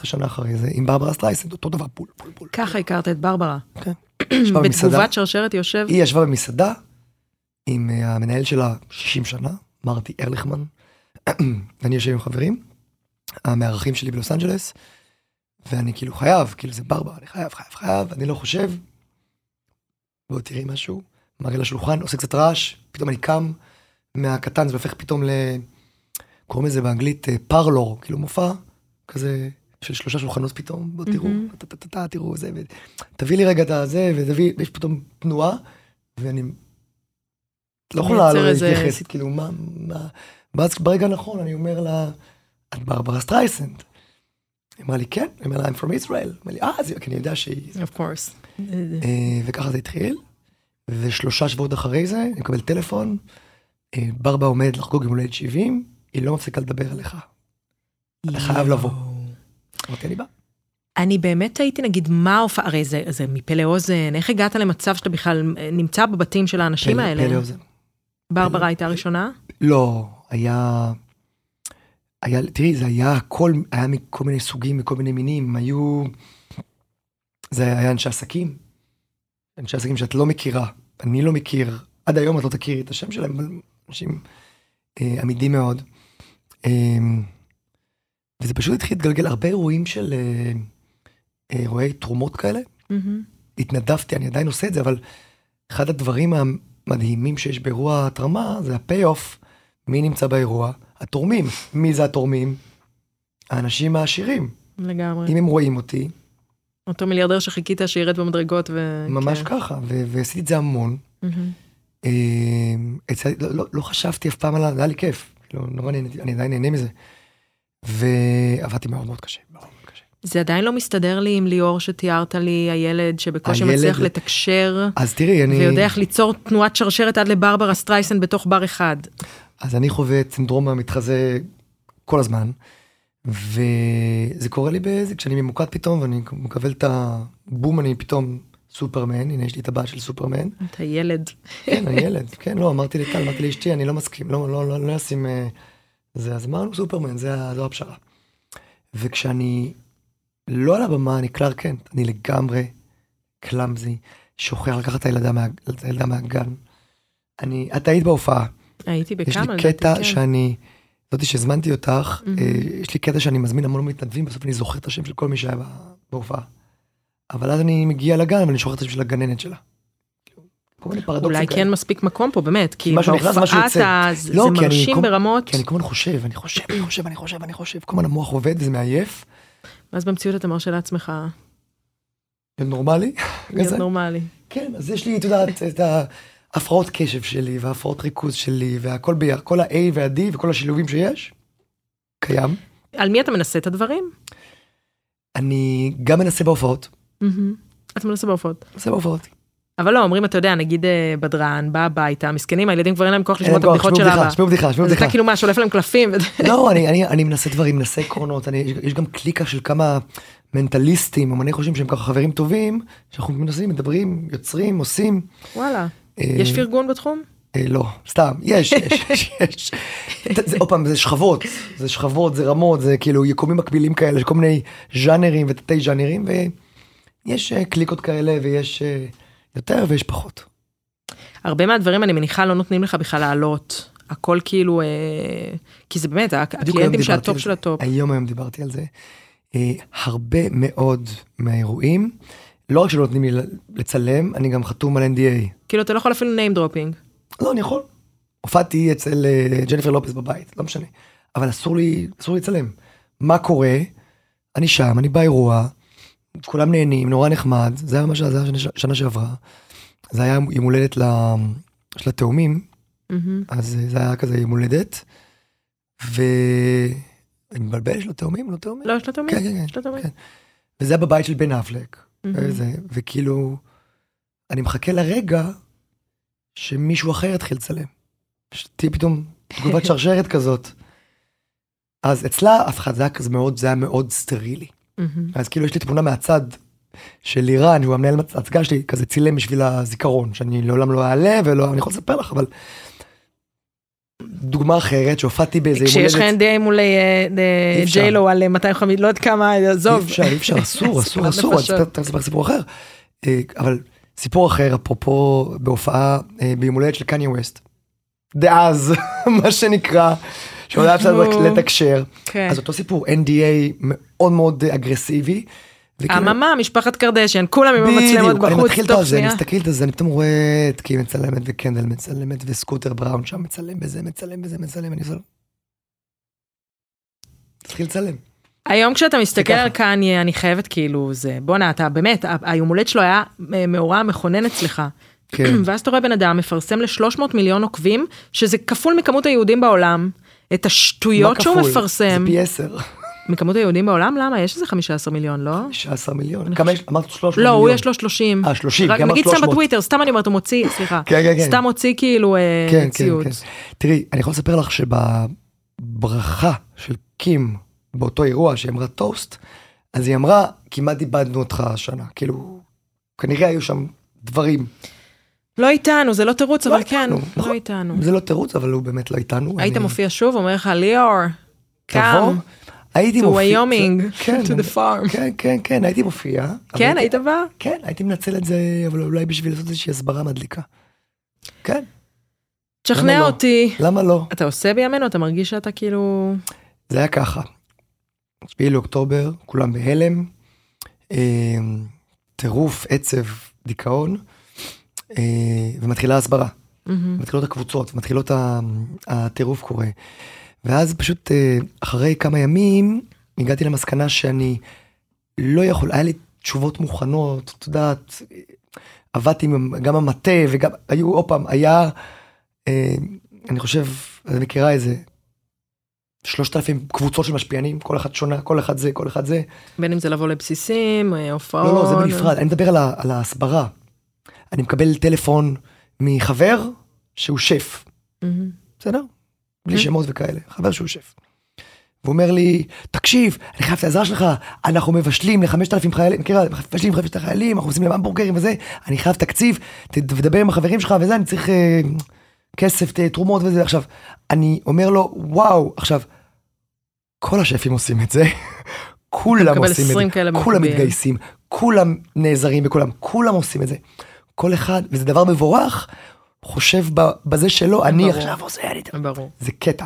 Speaker 1: שנה אחרי זה, עם ברברה סטרייסנד, אותו דבר, בול, בול, בול.
Speaker 2: ככה הכרת את ברברה.
Speaker 1: כן. ישבה במסעדה,
Speaker 2: כן, בתגובת שרשרת יושב,
Speaker 1: היא ישבה במסעדה עם אה, המנהל שלה 60 שנה, מרטי ארליכמן, ואני יושב עם חברים, המארחים שלי בלוס אנג'לס, ואני כאילו חייב, כאילו זה ברבה, אני חייב, חייב, חייב, אני לא חושב. בואו תראי משהו, מראה לשולחן, עושה קצת רעש, פתאום אני קם מהקטן, זה הופך פתאום ל... קוראים לזה באנגלית פרלור, כאילו מופע כזה של שלושה שולחנות פתאום, בואו תראו,
Speaker 2: מהמם.
Speaker 1: טה-טה-טה, תראו זה, ו- תביא לי רגע את הזה, ותביא, יש פתאום תנועה, ואני לא יכולה
Speaker 2: מייצר
Speaker 1: לא
Speaker 2: איזה-
Speaker 1: להתייחס, כאילו, מה, מה, ואז ברגע הנכון אני אומר לה, את ברברה סטרייסנד. היא אמרה לי, כן, אני אומר לה, I'm from Israel. אמר לי, אה, זה, כי אני יודע שהיא...
Speaker 2: of course.
Speaker 1: אה, וככה זה התחיל, ושלושה שבועות אחרי זה, אני מקבל טלפון, אה, ברבה עומדת לחגוג יום הולדת 70, היא לא מפסיקה לדבר עליך. אתה חייב לבוא. אמרתי, אני בא.
Speaker 2: אני באמת הייתי, נגיד, מה ההופעה, הרי זה, זה מפה לאוזן, איך הגעת למצב שאתה בכלל אה, נמצא בבתים של האנשים
Speaker 1: פלא-
Speaker 2: האלה?
Speaker 1: פלא אוזן.
Speaker 2: ברברה
Speaker 1: פלא.
Speaker 2: הייתה הראשונה?
Speaker 1: לא, היה... היה, תראי, זה היה הכל, היה מכל מיני סוגים, מכל מיני מינים, היו... זה היה אנשי עסקים, אנשי עסקים שאת לא מכירה, אני לא מכיר, עד היום את לא תכירי את השם שלהם, אבל אנשים אה, עמידים מאוד. אה, וזה פשוט התחיל להתגלגל, הרבה אירועים של אה, אה, אירועי תרומות כאלה,
Speaker 2: מהמם.
Speaker 1: התנדבתי, אני עדיין עושה את זה, אבל אחד הדברים המדהימים שיש באירוע התרמה זה הפי-אוף, מי נמצא באירוע? התורמים. מי זה התורמים? האנשים העשירים.
Speaker 2: לגמרי.
Speaker 1: אם הם רואים אותי,
Speaker 2: אותו מיליארדר שחיכית שירד במדרגות ו...
Speaker 1: ממש
Speaker 2: כן.
Speaker 1: ככה, ו- ועשיתי את זה המון.
Speaker 2: מהמם.
Speaker 1: אה, אצל- לא- לא- לא חשבתי אף פעם על ה... זה היה לי כיף, כאילו, נורא נהניתי, אני עדיין נהנה מזה. ועבדתי מאוד מאוד קשה, מאוד מאוד קשה.
Speaker 2: זה עדיין לא מסתדר לי עם ליאור שתיארת לי, הילד שבקושי
Speaker 1: הילד-
Speaker 2: מצליח לתקשר,
Speaker 1: אז תראי, אני...
Speaker 2: ויודע איך ליצור תנועת שרשרת עד לברברה סטרייסן בתוך בר אחד.
Speaker 1: אז אני חווה את סינדרום המתחזה כל הזמן, וזה קורה לי באיזה, כשאני ממוקד פתאום ואני מקבל את הבום, אני פתאום סופרמן, הנה יש לי את הבת של סופרמן.
Speaker 2: אתה ילד.
Speaker 1: כן, אני ילד, כן, לא, אמרתי לטל, אמרתי לאשתי, אני לא מסכים, לא, לא, לא, לא אשים אה, זה, אז אמרנו סופרמן, זה, ה- זו הפשרה. וכשאני לא על הבמה, אני קלאר קנט, אני לגמרי קלאמזי, שוכח לקחת את הילדה, מה, את הילדה מהגן. אני, את היית בהופעה.
Speaker 2: הייתי
Speaker 1: יש
Speaker 2: בכמה,
Speaker 1: לי
Speaker 2: לדעתי,
Speaker 1: קטע
Speaker 2: כן.
Speaker 1: שאני, זאתי שהזמנתי אותך,
Speaker 2: Mhm.
Speaker 1: אה, יש לי קטע שאני מזמין המון מתנדבים, בסוף אני זוכר את השם של כל מי שהיה בה- בהופעה. אבל אז אני מגיע לגן ואני שוכח את השם של הגננת שלה. כל מיני פרדוקסים
Speaker 2: אולי
Speaker 1: כאלה.
Speaker 2: כן מספיק מקום פה, באמת, כי
Speaker 1: לא משהו נכנס, משהו
Speaker 2: בהופעה
Speaker 1: יוצא.
Speaker 2: אתה- זה
Speaker 1: לא,
Speaker 2: זה
Speaker 1: כי אני
Speaker 2: מרשים
Speaker 1: כל-
Speaker 2: ברמות,
Speaker 1: כי כן, אני כל הזמן חושב, אני חושב, אני חושב, אני חושב, אני חושב, כל הזמן המוח עובד וזה מעייף,
Speaker 2: ואז במציאות אתה מרשה לעצמך
Speaker 1: זה נורמלי.
Speaker 2: להיות
Speaker 1: כזה.
Speaker 2: נורמלי.
Speaker 1: כן, אז יש לי, את יודעת, את ההפרעות קשב שלי, וההפרעות ריכוז שלי, והכל ביחד, כל ה-A וה-D וכל השילובים שיש, קיים.
Speaker 2: על מי אתה מנסה את הדברים?
Speaker 1: אני גם מנסה בהופעות,
Speaker 2: מהמם. אתה מנסה בהופעות.
Speaker 1: מנסה בהופעות.
Speaker 2: אבל לא, אומרים, אתה יודע, נגיד אה, בדרן, בא הביתה, מסכנים, הילדים כבר אין להם כוח לשמוע את
Speaker 1: אין כוח,
Speaker 2: הבדיחות של אבא.
Speaker 1: שמעו אה, בדיחה, שמעו
Speaker 2: אז
Speaker 1: בדיחה.
Speaker 2: אתה כאילו מה, שולף להם קלפים?
Speaker 1: לא, אני, אני, אני מנסה דברים, מנסה עקרונות, אני, יש, יש גם קליקה של כמה מנטליסטים, אמני חושבים שהם ככה חברים טובים, שאנחנו מנסים, מדברים, יוצרים, עושים.
Speaker 2: וואלה.
Speaker 1: אה,
Speaker 2: יש פרגון בתחום?
Speaker 1: אה, לא, סתם, יש, יש, יש, יש. אתה- זה- עוד פעם, זה שכבות, זה שכבות, זה רמות, זה כאילו יקומים מקבילים כאלה, יש כל מיני ז'אנרים ותתי ז'אנרים, ויש אה, קליקות כאלה ויש אה, יותר ויש פחות.
Speaker 2: הרבה מהדברים אני מניחה לא נותנים לך בכלל לעלות. הכל כאילו, אה, כי זה באמת, ה-
Speaker 1: בדיוק היום
Speaker 2: הקליינטים של
Speaker 1: דיברתי
Speaker 2: הטופ
Speaker 1: על
Speaker 2: של
Speaker 1: זה. אה.
Speaker 2: הטופ.
Speaker 1: היום היום דיברתי על זה. אה, הרבה מאוד מהאירועים, לא רק שלא נותנים לי לצלם, אני גם חתום על NDA.
Speaker 2: כאילו, אתה לא יכול אפילו name dropping.
Speaker 1: לא, אני יכול. הופעתי אצל אה, ג'ניפר לופס בבית, לא משנה. אבל אסור לי, אסור לי לצלם. מה קורה? אני שם, אני באירוע, כולם נהנים, נורא נחמד, זה היה מה שזה היה שנה, שנה שעברה. זה היה יום הולדת ל... של התאומים,
Speaker 2: מהמם.
Speaker 1: אז אה, זה היה כזה יום הולדת, ו... אני מבלבל, יש לו תאומים? לא תאומים?
Speaker 2: לא, יש לו תמיד.
Speaker 1: כן, כן, כן.
Speaker 2: יש לו תמיד.
Speaker 1: כן. וזה היה בבית של בן אפלק. אה,
Speaker 2: מהמם.
Speaker 1: זה, וכאילו, אני מחכה לרגע שמישהו אחר יתחיל לצלם. שתהיה פתאום תגובת שרשרת כזאת. אז אצלה אף אחד, זה היה כזה מאוד, זה היה מאוד סטרילי.
Speaker 2: מהמם.
Speaker 1: אז כאילו יש לי תמונה מהצד של לירן, שהוא המנהל מצ- ההצגה שלי, כזה צילם בשביל הזיכרון, שאני לעולם לא אעלה ולא, אני יכול לספר לך, אבל... דוגמה אחרת, שהופעתי באיזה יום הולדת.
Speaker 2: כשיש לך NDA מול אה, אה,
Speaker 1: אי אפשר.
Speaker 2: ג'יילו על אה, 250, לא יודעת כמה,
Speaker 1: אי
Speaker 2: עזוב.
Speaker 1: אפשר, אי אפשר, אסור, אסור,
Speaker 2: סכנת
Speaker 1: אסור, אני
Speaker 2: נפשות.
Speaker 1: אספר- תכף אספר סיפור אחר. אה, אבל סיפור אחר, אפרופו בהופעה אה, ביום הולדת של קניה ווסט. דאז, מה שנקרא, שעוד היה אפשר
Speaker 2: נו.
Speaker 1: לתקשר.
Speaker 2: כן.
Speaker 1: אז אותו סיפור, NDA מאוד מאוד אה, אגרסיבי. וכאילו-
Speaker 2: אממה, משפחת קרדשן, כולם עם המצלמות
Speaker 1: בדיוק, אני
Speaker 2: בחוץ,
Speaker 1: מתחיל איתו
Speaker 2: תוך
Speaker 1: על זה, אני
Speaker 2: שנייה.
Speaker 1: מסתכל על זה, אני פתאום רואה את קי מצלמת וקנדל מצלמת וסקוטר בראון שם מצלם בזה, מצלם בזה, מצלם, אני עושה... לו, תתחיל לצלם.
Speaker 2: היום כשאתה מסתכל
Speaker 1: ככה.
Speaker 2: על קניה, אני חייבת כאילו זה, בואנה, אתה באמת, ה- היום הולדת שלו היה אה, מאורע מכונן אצלך.
Speaker 1: כן.
Speaker 2: ואז אתה רואה בן אדם מפרסם ל-300 מיליון עוקבים, שזה כפול מכמות היהודים בעולם, את השטויות
Speaker 1: מה
Speaker 2: שהוא
Speaker 1: כפול?
Speaker 2: מפרסם.
Speaker 1: זה פי 10,
Speaker 2: מכמות היהודים בעולם? למה? יש איזה 15 מיליון, לא?
Speaker 1: 19 מיליון. כמה יש? אמרת 300 מיליון.
Speaker 2: לא, הוא יש לו 30.
Speaker 1: אה, 30,
Speaker 2: רק
Speaker 1: גם
Speaker 2: נגיד סתם
Speaker 1: 300.
Speaker 2: בטוויטר, סתם אני אומרת, הוא מוציא, סליחה.
Speaker 1: כן, כן, כן.
Speaker 2: סתם מוציא כאילו אה, ציוץ.
Speaker 1: תראי, אני יכול לספר לך שבברכה של קים, באותו אירוע שהיא אמרה טוסט, אז היא אמרה, כמעט איבדנו אותך השנה. כאילו, כנראה היו שם דברים.
Speaker 2: לא איתנו, זה לא תירוץ,
Speaker 1: לא
Speaker 2: אבל כן,
Speaker 1: איתנו,
Speaker 2: לא
Speaker 1: נכון.
Speaker 2: איתנו.
Speaker 1: זה לא תירוץ, אבל הוא באמת לא איתנו.
Speaker 2: היית
Speaker 1: אני-
Speaker 2: מופיע שוב, אומר לך, ליאור,
Speaker 1: תבוא,
Speaker 2: קם,
Speaker 1: נכון. הייתי
Speaker 2: to
Speaker 1: מופיע.
Speaker 2: Wyoming,
Speaker 1: כן,
Speaker 2: to the farm.
Speaker 1: כן, כן, כן, הייתי מופיע. אבל
Speaker 2: כן, היית בא?
Speaker 1: כן, הייתי מנצל את זה, אבל אולי בשביל לעשות איזושהי הסברה מדליקה. כן,
Speaker 2: תשכנע
Speaker 1: לא?
Speaker 2: אותי.
Speaker 1: למה לא?
Speaker 2: אתה עושה בימינו? אתה מרגיש שאתה כאילו...
Speaker 1: זה היה ככה. 7 לאוקטובר, כולם בהלם, אה, טירוף, עצב, דיכאון, אה, ומתחילה הסברה.
Speaker 2: מהמם.
Speaker 1: מתחילות הקבוצות, מתחילות ה- הטירוף קורה. ואז פשוט אה, אחרי כמה ימים הגעתי למסקנה שאני לא יכול, היה לי תשובות מוכנות, את יודעת, אה, עבדתי עם גם המטה וגם, היו עוד פעם, היה, אה, אני חושב, את מכירה איזה, שלושת אלפים קבוצות של משפיענים, כל אחת שונה, כל אחד זה, כל אחד זה.
Speaker 2: בין אם זה לבוא לבסיסים, אה, הופעות.
Speaker 1: לא, לא, זה בנפרד, אני מדבר על, ה, על ההסברה. אני מקבל טלפון מחבר שהוא שף.
Speaker 2: מהמם.
Speaker 1: בסדר? בלי
Speaker 2: Mm.
Speaker 1: שמות וכאלה, חבר שהוא שף. והוא אומר לי, תקשיב, אני חייב את העזרה שלך, אנחנו מבשלים ל-5,000 חיילים, מכירה, מבשלים ל-5,000 חיילים, אנחנו עושים להם המבורגרים וזה, אני חייב תקציב, ת- תדבר עם החברים שלך וזה, אני צריך אה, כסף, ת- תרומות וזה. עכשיו, אני אומר לו, וואו, עכשיו, כל השפים עושים את זה, כולם
Speaker 2: מקבל
Speaker 1: עושים
Speaker 2: 20
Speaker 1: את
Speaker 2: כאלה
Speaker 1: זה, כולם
Speaker 2: במקביל.
Speaker 1: מתגייסים, כולם נעזרים בכולם, כולם עושים את זה. כל אחד, וזה דבר מבורך, חושב ב- בזה שלו, אני
Speaker 2: ברור.
Speaker 1: עכשיו עושה, אני...
Speaker 2: ברור.
Speaker 1: זה קטע.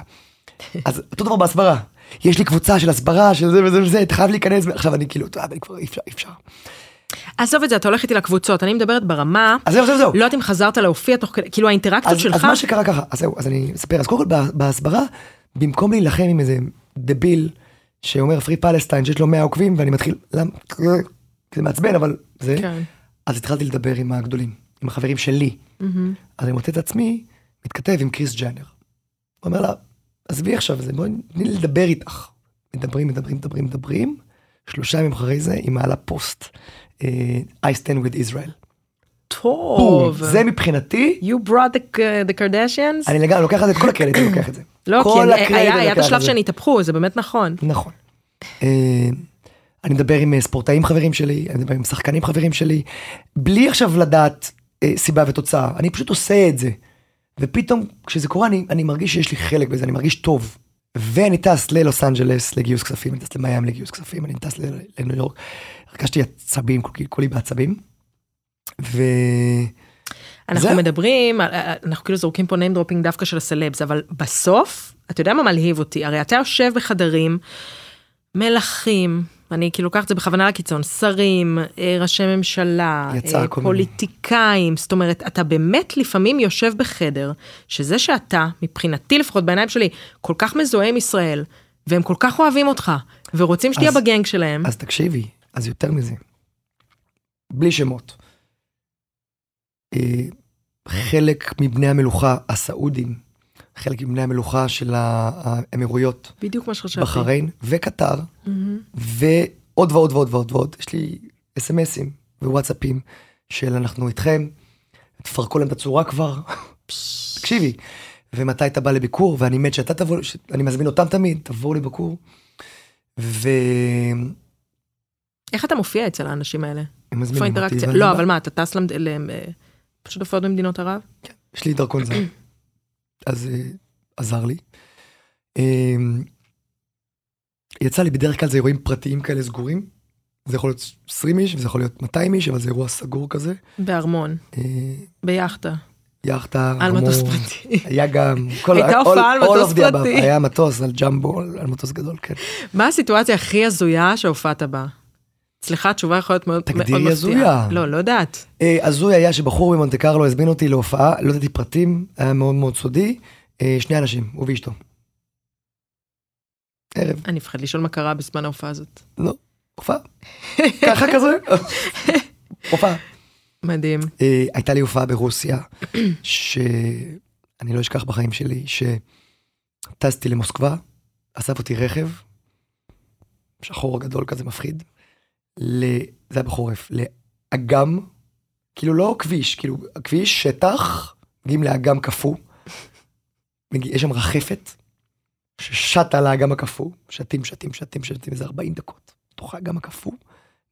Speaker 1: אז אותו דבר בהסברה. יש לי קבוצה של הסברה, של זה וזה וזה, אתה חייב להיכנס, עכשיו אני כאילו, טוב, אני כבר אי אפשר, אי אפשר.
Speaker 2: עזוב את זה, אתה הולך איתי לקבוצות, אני מדברת ברמה,
Speaker 1: אז זהו, זהו, זהו.
Speaker 2: לא יודעת אם חזרת להופיע תוך כדי, כאילו האינטראקציות
Speaker 1: אז, אז
Speaker 2: שלך,
Speaker 1: מה שקרה ככה, אז זהו, אז אני אספר. אז קודם כל בה- בהסברה, במקום להילחם עם איזה דביל שאומר פרי פלסטיין, שיש לו 100 עוקבים, ואני מתחיל, למה? זה מעצבן, אבל זה.
Speaker 2: כן.
Speaker 1: אז התחלתי לדבר עם הגדולים, עם החברים שלי.
Speaker 2: מהמם.
Speaker 1: אז אני מוצא את עצמי מתכתב עם קריס ג'אנר. הוא אומר לה, עזבי עכשיו את זה, בואי תני לי לדבר איתך. מדברים, מדברים, מדברים, מדברים. שלושה ימים אחרי זה היא מעלה פוסט. אה, I stand with Israel. בום,
Speaker 2: טוב.
Speaker 1: זה מבחינתי,
Speaker 2: You brought the, uh, the Kardashians?
Speaker 1: אני לגמרי לוקח על זה את כל הקרדיט, אני לוקח את זה.
Speaker 2: לא,
Speaker 1: כל
Speaker 2: כי אני-
Speaker 1: הקרדיט
Speaker 2: היה
Speaker 1: אני
Speaker 2: היה את
Speaker 1: לוקח
Speaker 2: השלב
Speaker 1: על זה.
Speaker 2: שנתהפכו, זה באמת נכון.
Speaker 1: נכון. אה, אני מדבר עם אה, ספורטאים חברים שלי, אני מדבר עם שחקנים חברים שלי, בלי עכשיו לדעת אה, סיבה ותוצאה, אני פשוט עושה את זה. ופתאום כשזה קורה אני, אני מרגיש שיש לי חלק בזה, אני מרגיש טוב. ואני טס ללוס אנג'לס לגיוס כספים, אני טס למיאם לגיוס כספים, אני טס ל- לניו יורק. הרגשתי עצבים, כולי- כולי בעצבים. ו...
Speaker 2: אנחנו
Speaker 1: זהו.
Speaker 2: מדברים, על- אנחנו כאילו זורקים פה name dropping דווקא של הסלבס, אבל בסוף, אתה יודע מה מלהיב אותי? הרי אתה יושב בחדרים, מלכים, אני כאילו לוקחת את זה בכוונה לקיצון, שרים, אה, ראשי ממשלה,
Speaker 1: יצא
Speaker 2: אה,
Speaker 1: כל מיני.
Speaker 2: פוליטיקאים, זאת אומרת, אתה באמת לפעמים יושב בחדר, שזה שאתה, מבחינתי לפחות בעיניים שלי, כל כך מזוהה עם ישראל, והם כל כך אוהבים אותך, ורוצים שתהיה
Speaker 1: אז-
Speaker 2: בגנג שלהם,
Speaker 1: אז תקשיבי, אז יותר מזה. בלי שמות. אה, חלק מבני המלוכה הסעודים, חלק מבני המלוכה של ה- האמירויות,
Speaker 2: בדיוק מה שחשבתי.
Speaker 1: בחריין וקטר,
Speaker 2: מהמם.
Speaker 1: ועוד ועוד ועוד ועוד ועוד, יש לי אס.אם.אסים ווואטסאפים של אנחנו איתכם, תפרקו להם את הצורה כבר, תקשיבי. ומתי אתה בא לביקור, ואני מת שאתה תבוא, ש- אני מזמין אותם תמיד, תבואו לביקור. ו-
Speaker 2: איך אתה מופיע אצל האנשים האלה?
Speaker 1: הם
Speaker 2: איפה
Speaker 1: מזמינים אותי.
Speaker 2: האינטראקציה?
Speaker 1: ואני
Speaker 2: לא,
Speaker 1: בא.
Speaker 2: אבל מה, אתה טס למד... למ- אה, פשוט הופעות במדינות ערב?
Speaker 1: יש לי דרכון זר. אז אה, עזר לי. אמ, אה, יצא לי בדרך כלל זה אירועים פרטיים כאלה סגורים, זה יכול להיות 20 איש, וזה יכול להיות 200 איש, אבל זה אירוע סגור כזה.
Speaker 2: בארמון,
Speaker 1: אה,
Speaker 2: ביאכטה,
Speaker 1: יאכטה,
Speaker 2: על מטוס
Speaker 1: רמון,
Speaker 2: פרטי.
Speaker 1: היה גם, כל,
Speaker 2: הייתה
Speaker 1: all-
Speaker 2: הופעה על
Speaker 1: all
Speaker 2: מטוס
Speaker 1: of the above.
Speaker 2: פרטי.
Speaker 1: היה מטוס על ג'מבו, על על מטוס גדול, כן.
Speaker 2: מה הסיטואציה הכי הזויה שהופעת בה? אצלך התשובה יכולה להיות מאוד מאוד מפתיעה.
Speaker 1: תגדירי הזויה.
Speaker 2: לא, לא יודעת.
Speaker 1: אה, הזוי היה שבחור ממונטה קרלו הזמין אותי להופעה, לא ידעתי פרטים, היה מאוד מאוד סודי, אה, שני אנשים, הוא ואשתו. ערב,
Speaker 2: אני מפחד לשאול מה קרה בזמן ההופעה הזאת.
Speaker 1: לא, הופעה, ככה כזה, הופעה.
Speaker 2: מדהים.
Speaker 1: אה, הייתה לי הופעה ברוסיה, שאני לא אשכח בחיים שלי, שטסתי למוסקבה, אסף אותי רכב, שחור גדול כזה מפחיד, ל... זה היה בחורף, לאגם, כאילו לא כביש, כאילו כביש, שטח, מגיעים לאגם קפוא, מגיע- יש שם רחפת, ששטה על האגם הקפוא, שתים, שתים, שתים, שתים, איזה 40 דקות, תוך האגם הקפוא,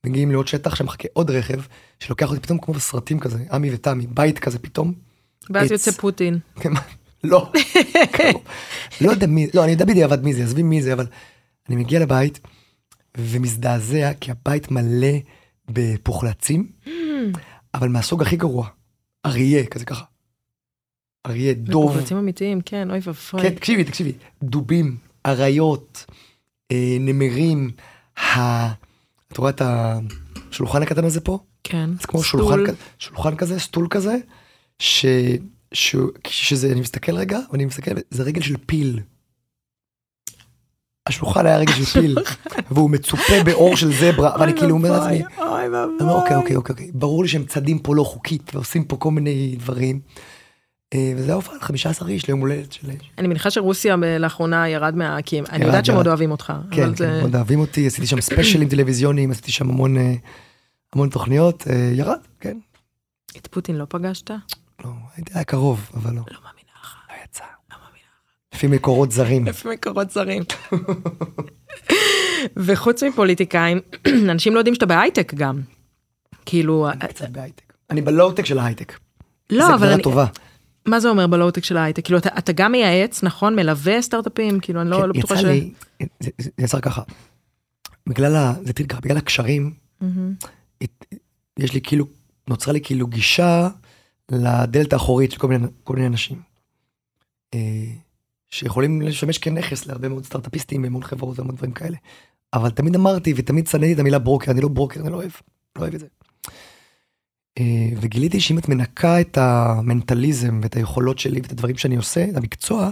Speaker 1: מגיעים לעוד שטח שמחכה עוד רכב, שלוקח אותי פתאום כמו בסרטים כזה, עמי ותמי, בית כזה פתאום.
Speaker 2: ואז
Speaker 1: עץ.
Speaker 2: יוצא פוטין.
Speaker 1: כן, מה? לא, קרוב. לא יודע מי, לא, אני יודע בדיעבד מי זה, עזבי מי זה, אבל אני מגיע לבית ומזדעזע, כי הבית מלא בפוחלצים, אבל מהסוג הכי גרוע, אריה, כזה ככה. אריה, דוב,
Speaker 2: מקובצים אמיתיים, כן, אוי ואבוי.
Speaker 1: כן, תקשיבי, תקשיבי, דובים, אריות, אה, נמרים, ה... את רואה את השולחן הקטן הזה פה?
Speaker 2: כן.
Speaker 1: זה כמו
Speaker 2: סטול.
Speaker 1: שולחן, כ- שולחן כזה, סטול כזה, ש, ש, שזה, אני מסתכל רגע, ואני מסתכל, זה רגל של פיל. השולחן היה רגל של פיל, והוא מצופה באור של זברה, ואני
Speaker 2: אוי
Speaker 1: כאילו אומר
Speaker 2: ואבוי,
Speaker 1: לעצמי,
Speaker 2: אוי
Speaker 1: אני אומר, אוקיי,
Speaker 2: ואבוי.
Speaker 1: אוקיי, אוקיי, ברור לי שהם צדים פה לא חוקית, ועושים פה כל מיני דברים. אה, וזה היה הופעה על 15 איש ליום הולדת של...
Speaker 2: אני מניחה שרוסיה ב- לאחרונה ירד מה... כי הם- אני
Speaker 1: ירד,
Speaker 2: יודעת שהם
Speaker 1: ירד.
Speaker 2: עוד אוהבים אותך.
Speaker 1: כן,
Speaker 2: אבל זה-
Speaker 1: כן, מאוד אוהבים אותי, עשיתי שם ספיישלים טלוויזיוניים, עשיתי שם המון אה, המון תוכניות, אה, ירד, כן.
Speaker 2: את פוטין לא פגשת?
Speaker 1: לא, הייתי- היה קרוב, אבל לא,
Speaker 2: לא מאמינה לך.
Speaker 1: לא יצא.
Speaker 2: לא מאמינה.
Speaker 1: לפי מקורות זרים.
Speaker 2: לפי מקורות זרים. וחוץ מפוליטיקאים, אנשים לא יודעים שאתה בהייטק גם. כאילו,
Speaker 1: קצת בהייטק. אני בלואו-טק של ההייטק.
Speaker 2: לא,
Speaker 1: זו
Speaker 2: אבל
Speaker 1: הגדרה
Speaker 2: אני,
Speaker 1: טובה.
Speaker 2: מה זה אומר בלואו-טק של ההייטק? כאילו, אתה, אתה גם מייעץ, נכון? מלווה סטארט-אפים? כאילו, אני לא, לא
Speaker 1: כן,
Speaker 2: בטוחה
Speaker 1: יצא
Speaker 2: ש...
Speaker 1: לי, זה זה- זה יצא ככה. בגלל ה... זה התחיל ככה, בגלל הקשרים,
Speaker 2: מהמם.
Speaker 1: הת- יש לי כאילו, נוצרה לי כאילו גישה לדלת האחורית של כל מיני, כל מיני אנשים. אה, שיכולים לשמש כנכס להרבה מאוד סטארטאפיסטים והמון חברות והמון דברים כאלה. אבל תמיד אמרתי ותמיד שנאתי את המילה ברוקר, אני לא ברוקר, אני לא אוהב, לא אוהב את זה. אה, וגיליתי שאם את מנקה את המנטליזם ואת היכולות שלי ואת הדברים שאני עושה, את המקצוע,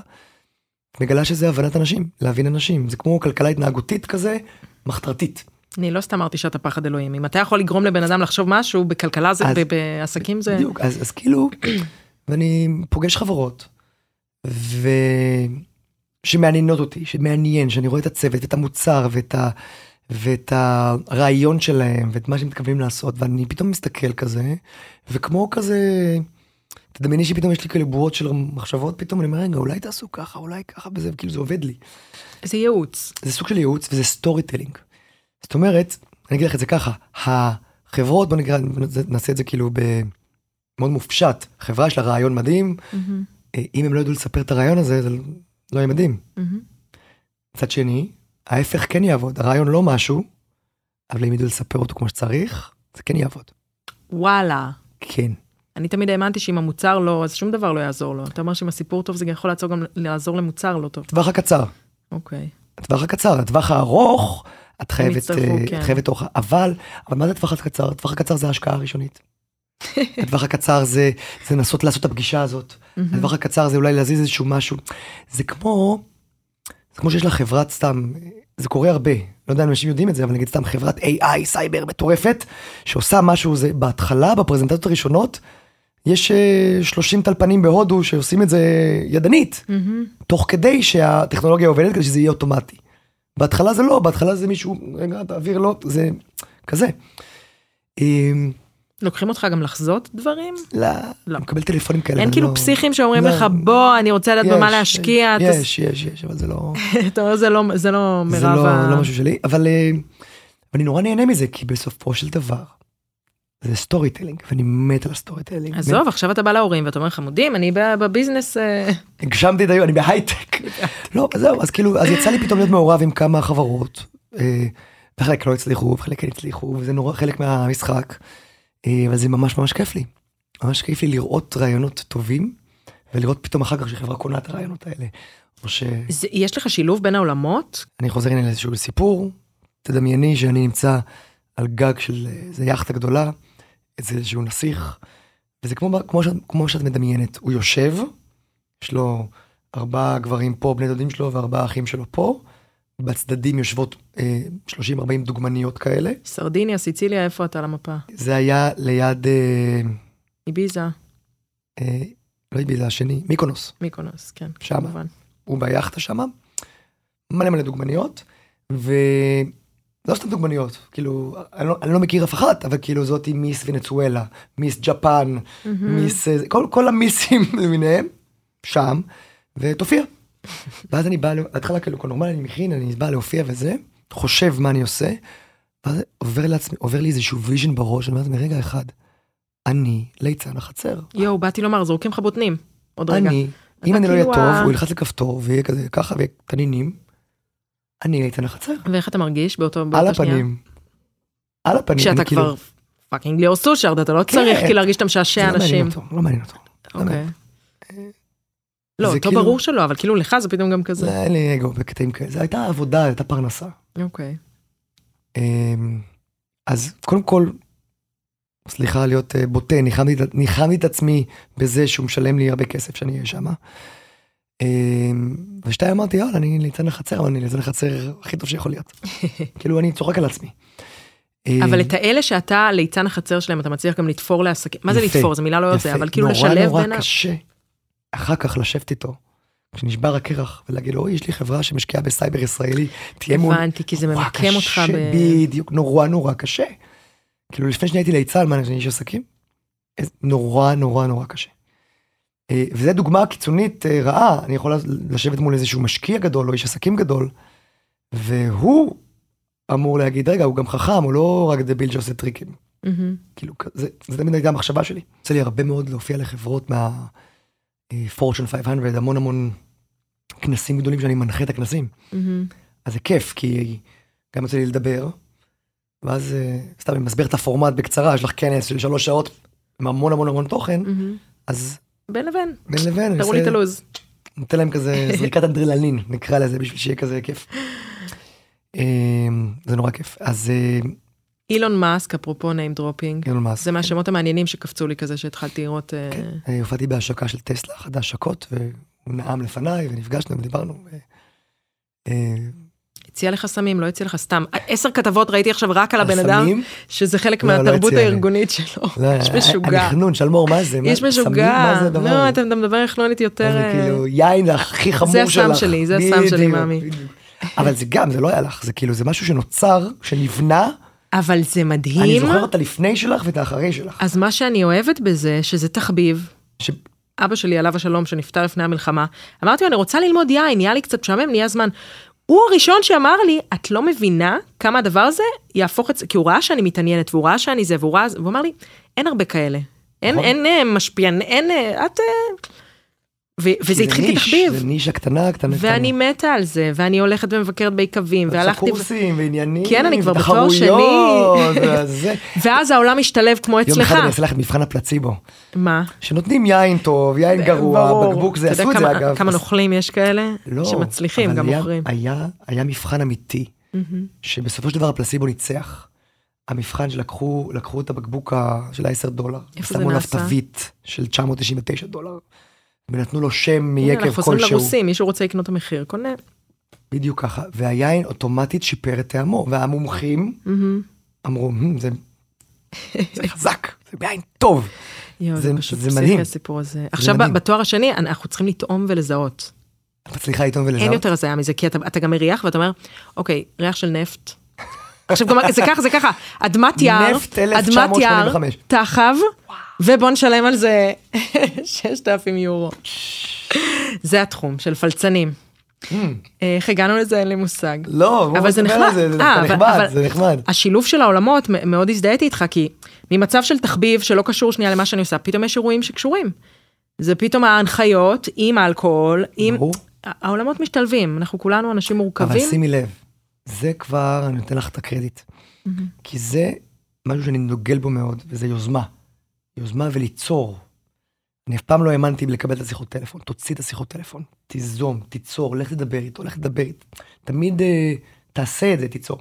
Speaker 1: את מגלה שזה הבנת אנשים, להבין אנשים. זה כמו כלכלה התנהגותית כזה, מחתרתית.
Speaker 2: אני לא סתם אמרתי שאתה פחד אלוהים. אם אתה יכול לגרום לבן אדם לחשוב משהו, בכלכלה זה,
Speaker 1: אז-
Speaker 2: ב- בעסקים זה...
Speaker 1: בדיוק, אז, אז כאילו, ואני פוגש חברות, ו... שמעניינות אותי, שמעניין, שאני רואה את הצוות ואת המוצר ואת, ה... ואת הרעיון שלהם ואת מה שהם מתכוונים לעשות, ואני פתאום מסתכל כזה, וכמו כזה, תדמייני שפתאום יש לי כאלה בועות של מחשבות, פתאום אני אומר, רגע, אולי תעשו ככה, אולי ככה, וזה, כאילו זה עובד לי.
Speaker 2: זה ייעוץ.
Speaker 1: זה סוג של ייעוץ וזה סטורי טלינג. זאת אומרת, אני אגיד לך את זה ככה, החברות, בוא נקרא, נעשה את זה כאילו ב- מאוד מופשט, חברה יש לה רעיון מדהים,
Speaker 2: מהמם,
Speaker 1: אה, אם הם לא ידעו לספר את הרעיון הזה, זה לא יהיה מדהים.
Speaker 2: מהמם.
Speaker 1: מצד שני, ההפך כן יעבוד, הרעיון לא משהו, אבל אם ידעו לספר אותו כמו שצריך, זה כן יעבוד.
Speaker 2: וואלה.
Speaker 1: כן.
Speaker 2: אני תמיד האמנתי שאם המוצר לא, אז שום דבר לא יעזור לו. אתה אומר שאם הסיפור טוב, זה גם יכול לעצור גם לעזור למוצר לא טוב.
Speaker 1: הטווח הקצר,
Speaker 2: אוקיי.
Speaker 1: הטווח הקצר, הטווח הארוך, את חייבת,
Speaker 2: יצטרכו,
Speaker 1: אה,
Speaker 2: כן.
Speaker 1: את חייבת אורך, אבל, אבל מה זה הטווח הקצר? הטווח הקצר זה ההשקעה הראשונית. הטווח הקצר זה, זה לנסות לעשות את הפגישה הזאת.
Speaker 2: מהמם.
Speaker 1: הטווח הקצר זה אולי להזיז איזשהו משהו. זה כמו, זה כמו שיש לך חברת סתם, זה קורה הרבה, לא יודע אם אנשים יודעים את זה, אבל נגיד סתם חברת AI סייבר מטורפת, שעושה משהו, זה בהתחלה, בפרזנטציות הראשונות, יש אה, 30 טלפנים בהודו שעושים את זה ידנית.
Speaker 2: מהמם.
Speaker 1: תוך כדי שהטכנולוגיה עובדת כדי שזה יהיה אוטומטי. בהתחלה זה לא, בהתחלה זה מישהו, רגע, תעביר לו, זה כזה. אמ,
Speaker 2: לוקחים אותך גם לחזות דברים?
Speaker 1: לא,
Speaker 2: לא.
Speaker 1: אני מקבל טלפונים כאלה.
Speaker 2: אין
Speaker 1: אבל
Speaker 2: כאילו
Speaker 1: לא-
Speaker 2: פסיכים שאומרים
Speaker 1: לא.
Speaker 2: לך, בוא, אני רוצה לדעת במה
Speaker 1: יש,
Speaker 2: להשקיע. אתה-
Speaker 1: יש, יש, יש, אבל זה לא,
Speaker 2: אתה אומר, "זה לא- זה לא
Speaker 1: זה
Speaker 2: מירב ה...
Speaker 1: לא לא משהו שלי, אבל אה, אני נורא נהנה מזה, כי בסופו של דבר, זה סטורי טלינג, ואני מת על הסטורי טלינג.
Speaker 2: עזוב, עכשיו אתה בא להורים ואתה אומר, חמודים, אני ב- בביזנס... אה,
Speaker 1: הגשמתי את היום, אני בהייטק. לא, אז זהו, אז כאילו, אז יצא לי פתאום להיות מעורב עם כמה חברות, אה, וחלק לא הצליחו, וחלק כן הצליחו, וזה נורא חלק מהמשחק. אה, אבל זה ממש ממש כיף לי. ממש כיף לי לראות רעיונות טובים, ולראות פתאום אחר כך שחברה קונה את הרעיונות האלה. או ש...
Speaker 2: זה, יש לך שילוב בין העולמות?
Speaker 1: אני חוזר הנה לאיזשהו סיפור, תדמייני שאני נמצא על גג של איזה יאכטה גדולה, אצל איזשהו נסיך, וזה כמו, ב- כמו, שאת, כמו שאת מדמיינת, הוא יושב, יש לו ארבעה גברים פה, בני דודים שלו, וארבעה אחים שלו פה, בצדדים יושבות אה, 30-40 דוגמניות כאלה,
Speaker 2: סרדיניה, סיציליה, איפה אתה על המפה?
Speaker 1: זה היה ליד, אה,
Speaker 2: איביזה,
Speaker 1: אה, לא יודע, זה השני, מיקונוס,
Speaker 2: מיקונוס, כן,
Speaker 1: שמה.
Speaker 2: כמובן.
Speaker 1: הוא ביאכטה שמה, מלא מלא דוגמניות, ולא סתם דוגמניות, כאילו, אני לא, אני לא מכיר אף אחת, אבל כאילו זאתי מיס ונצואלה, מיס ג'פן,
Speaker 2: Mm-hmm.
Speaker 1: מיס, אה, כל, כל המיסים למיניהם, שם, ותופיע. ואז אני בא, להתחלה כאילו כל נורמלי, אני מכין, אני בא להופיע וזה, חושב מה אני עושה, ואז עובר לעצמי, עובר לי איזשהו ויז'ן בראש, אני אומר לעצמי, רגע אחד, אני ליצן החצר.
Speaker 2: יואו, באתי לומר, זורקים לך בוטנים. עוד רגע.
Speaker 1: אני,
Speaker 2: אתה
Speaker 1: אם אני לא אהיה
Speaker 2: כאילו
Speaker 1: טוב,
Speaker 2: ה-
Speaker 1: הוא ילחץ לכפתור ויהיה כזה ככה ותנינים, אני איתן לחצר.
Speaker 2: ואיך אתה מרגיש באותו באותה
Speaker 1: על
Speaker 2: שנייה?
Speaker 1: הפנים. על הפנים.
Speaker 2: כשאתה
Speaker 1: אני כאילו- כן.
Speaker 2: כבר פאקינג ליאור סושארד, אתה לא צריך כאילו להרגיש
Speaker 1: זה
Speaker 2: שאתה משעשע
Speaker 1: לא מעניין
Speaker 2: אנשים.
Speaker 1: אותו, לא מעניין אותו.
Speaker 2: אוקיי. לא,
Speaker 1: זה
Speaker 2: אותו
Speaker 1: כאילו-
Speaker 2: ברור שלא, אבל כאילו לך זה פתאום גם כזה.
Speaker 1: זה אין לי אגו בקטעים כאלה. זו הייתה עבודה, הייתה פרנסה.
Speaker 2: אוקיי.
Speaker 1: אמ, אז קודם כל, סליחה להיות אה, בוטה, ניחמתי את- ניחמתי את עצמי בזה שהוא משלם לי הרבה כסף שאני אהיה שם. ושתיים אמרתי, יאללה, אני ליצן לחצר, אבל אני ליצן לחצר הכי טוב שיכול להיות. כאילו, אני צוחק על עצמי.
Speaker 2: אבל
Speaker 1: אמ,
Speaker 2: את האלה שאתה ליצן החצר שלהם, אתה מצליח גם לתפור לעסקים. מה זה
Speaker 1: יפה,
Speaker 2: לתפור? זו מילה לא יוצאה, אבל כאילו
Speaker 1: נורא
Speaker 2: לשלב
Speaker 1: נורא
Speaker 2: בין ה...
Speaker 1: קשה. אחר כך לשבת איתו, כשנשבר הקרח, ולהגיד לו, אוי, יש לי חברה שמשקיעה בסייבר ישראלי, תהיה מול...
Speaker 2: הבנתי, כי זה
Speaker 1: נורא
Speaker 2: ממקם אותך
Speaker 1: קשה,
Speaker 2: ב...
Speaker 1: בדיוק, נורא נורא קשה. כאילו לפני שנהייתי ליצן, מה, אני איש עסקים? אז נורא נורא נורא קשה. אה, וזו דוגמה קיצונית אה, רעה, אני יכול לשבת מול איזשהו משקיע גדול או איש עסקים גדול, והוא אמור להגיד, רגע, הוא גם חכם, הוא לא רק דביל שעושה טריקים.
Speaker 2: מהמם.
Speaker 1: כאילו, זה, זה תמיד הייתה המחשבה שלי. יוצא לי הרבה מאוד להופיע לחברות מה אה, Fortune 500, המון המון כנסים גדולים שאני מנחה את הכנסים.
Speaker 2: מהמם.
Speaker 1: אז זה כיף, כי גם יוצא לי לדבר, ואז אה, סתם אני מסביר את הפורמט בקצרה, יש לך כנס של שלוש שעות עם המון המון המון תוכן,
Speaker 2: מהמם.
Speaker 1: אז
Speaker 2: בין לבין,
Speaker 1: בין לבין, אני
Speaker 2: תראו לי את
Speaker 1: עושה-
Speaker 2: הלו"ז.
Speaker 1: נותן להם כזה זריקת אדרלנין, נקרא לזה, בשביל שיהיה כזה כיף. אה, זה נורא כיף. אז אה,
Speaker 2: אילון מאסק, אפרופו name dropping,
Speaker 1: אילון מאסק.
Speaker 2: זה מהשמות המעניינים שקפצו לי כזה שהתחלתי לראות. אה,
Speaker 1: כן, אה, הופעתי בהשקה של טסלה, אחת ההשקות, והוא נאם לפניי, ונפגשנו ודיברנו. ו- אה,
Speaker 2: הציע לך סמים, לא הציע לך סתם. עשר כתבות ראיתי עכשיו רק על הבן אדם,
Speaker 1: הסמים?
Speaker 2: שזה חלק
Speaker 1: לא, לא
Speaker 2: מהתרבות
Speaker 1: הציע לי.
Speaker 2: הארגונית שלו.
Speaker 1: לא,
Speaker 2: איש משוגע.
Speaker 1: הנכנון, שלמור, מה זה? מה-
Speaker 2: איש
Speaker 1: סמים?
Speaker 2: משוגע.
Speaker 1: מה זה הדבר הזה?
Speaker 2: לא, אתה אתה מדבר חנונית יותר...
Speaker 1: זה
Speaker 2: אה,
Speaker 1: כאילו יין הכי חמור
Speaker 2: זה
Speaker 1: שלך.
Speaker 2: הסם שלי, זה הסם שלי,
Speaker 1: בדיוק,
Speaker 2: מאמי.
Speaker 1: בדיוק. אבל זה גם, זה לא היה לך, זה כאילו, זה משהו שנוצר, שנבנה,
Speaker 2: אה, אבל זה מדהים.
Speaker 1: אני זוכר את הלפני שלך ואת האחרי שלך.
Speaker 2: אז מה שאני אוהבת בזה, שזה תחביב.
Speaker 1: ש-
Speaker 2: אבא שלי עליו השלום שנפטר לפני המלחמה, אמרתי לו אני רוצה ללמוד יין, נהיה לי קצת משעמם, נהיה זמן. הוא הראשון שאמר לי, את לא מבינה כמה הדבר הזה יהפוך את זה, כי הוא ראה שאני מתעניינת, והוא ראה שאני זה, והוא ראה, זה", והוא אמר לי, אין הרבה כאלה. אין,
Speaker 1: נכון.
Speaker 2: אין, אין משפיען, אין, אה, את... אה." ו- וזה
Speaker 1: זה
Speaker 2: התחיל
Speaker 1: ניש,
Speaker 2: כתחביב,
Speaker 1: זה נישה קטנה, קטנה, קטנה.
Speaker 2: ואני מתה על זה, ואני הולכת ומבקרת ביקבים,
Speaker 1: והלכתי...
Speaker 2: והלכתי... ו-
Speaker 1: קורסים ועניינים,
Speaker 2: כן, אני כבר בתואר
Speaker 1: ותחרויות, וזה.
Speaker 2: ואז העולם משתלב כמו
Speaker 1: יום
Speaker 2: אצלך.
Speaker 1: אחד אני אעשה לך את מבחן הפלציבו.
Speaker 2: מה?
Speaker 1: שנותנים יין טוב, יין גרוע,
Speaker 2: ברור.
Speaker 1: בקבוק זה,
Speaker 2: אתה יודע
Speaker 1: עשו את
Speaker 2: כמה-
Speaker 1: זה אגב.
Speaker 2: כמה
Speaker 1: אז-
Speaker 2: נוכלים יש כאלה?
Speaker 1: לא,
Speaker 2: שמצליחים,
Speaker 1: אבל
Speaker 2: גם
Speaker 1: היה-
Speaker 2: מוכרים.
Speaker 1: היה, היה מבחן אמיתי, שבסופו של דבר הפלסיבו ניצח. המבחן שלקחו, לקחו את הבקבוק ה- של ה-10 דולר,
Speaker 2: איפה זה
Speaker 1: ושמו עליו
Speaker 2: נעשה?
Speaker 1: תווית של 999 דולר, ונתנו לו שם
Speaker 2: הנה,
Speaker 1: מיקב
Speaker 2: אנחנו חוזרים
Speaker 1: כלשהו,
Speaker 2: לרוסים, מישהו רוצה לקנות את המחיר, קונה.
Speaker 1: בדיוק ככה, והיין אוטומטית שיפר את טעמו, והמומחים
Speaker 2: מהמם.
Speaker 1: אמרו, "מ, זה, זה חזק, זה יין טוב.
Speaker 2: יואו, זה
Speaker 1: זה-
Speaker 2: פשוט
Speaker 1: זה
Speaker 2: פסיכי
Speaker 1: מדהים.
Speaker 2: הסיפור הזה. עכשיו, ב-
Speaker 1: מדהים.
Speaker 2: בתואר השני, אנחנו צריכים לטעום ולזהות.
Speaker 1: את מצליחה לטעום ולזהות.
Speaker 2: אין יותר הזיה מזה, כי אתה אתה גם מריח ואתה אומר, אוקיי, ריח של נפט. עכשיו, גם- זה ככה, זה ככה, אדמת יער,
Speaker 1: נפט
Speaker 2: אדמת יער,
Speaker 1: 1985.
Speaker 2: תחב, ובוא נשלם על זה 6,000 יורו. זה התחום של פלצנים. אה, איך הגענו לזה? אין לי מושג.
Speaker 1: לא, בואו
Speaker 2: אבל זה
Speaker 1: נדבר
Speaker 2: נחמד.
Speaker 1: על זה, זה
Speaker 2: אה,
Speaker 1: דווקא
Speaker 2: אבל-
Speaker 1: נחמד,
Speaker 2: אבל-
Speaker 1: זה נחמד.
Speaker 2: השילוב של העולמות מ- מאוד הזדהיתי איתך כי ממצב של תחביב שלא קשור שנייה למה שאני עושה פתאום יש אירועים שקשורים. זה פתאום ההנחיות עם האלכוהול עם
Speaker 1: ברור.
Speaker 2: ה- העולמות משתלבים אנחנו כולנו אנשים
Speaker 1: אבל
Speaker 2: מורכבים
Speaker 1: שימי לב, זה כבר, אני נותן לך את הקרדיט.
Speaker 2: Mm-hmm.
Speaker 1: כי זה משהו שאני דוגל בו מאוד, וזה יוזמה. יוזמה וליצור. אני אף פעם לא האמנתי בלקבל את השיחות טלפון. תוציא את השיחות טלפון, תיזום, תיצור, לך תדבר איתו, לך תדבר איתו. תמיד אה, תעשה את זה, תיצור.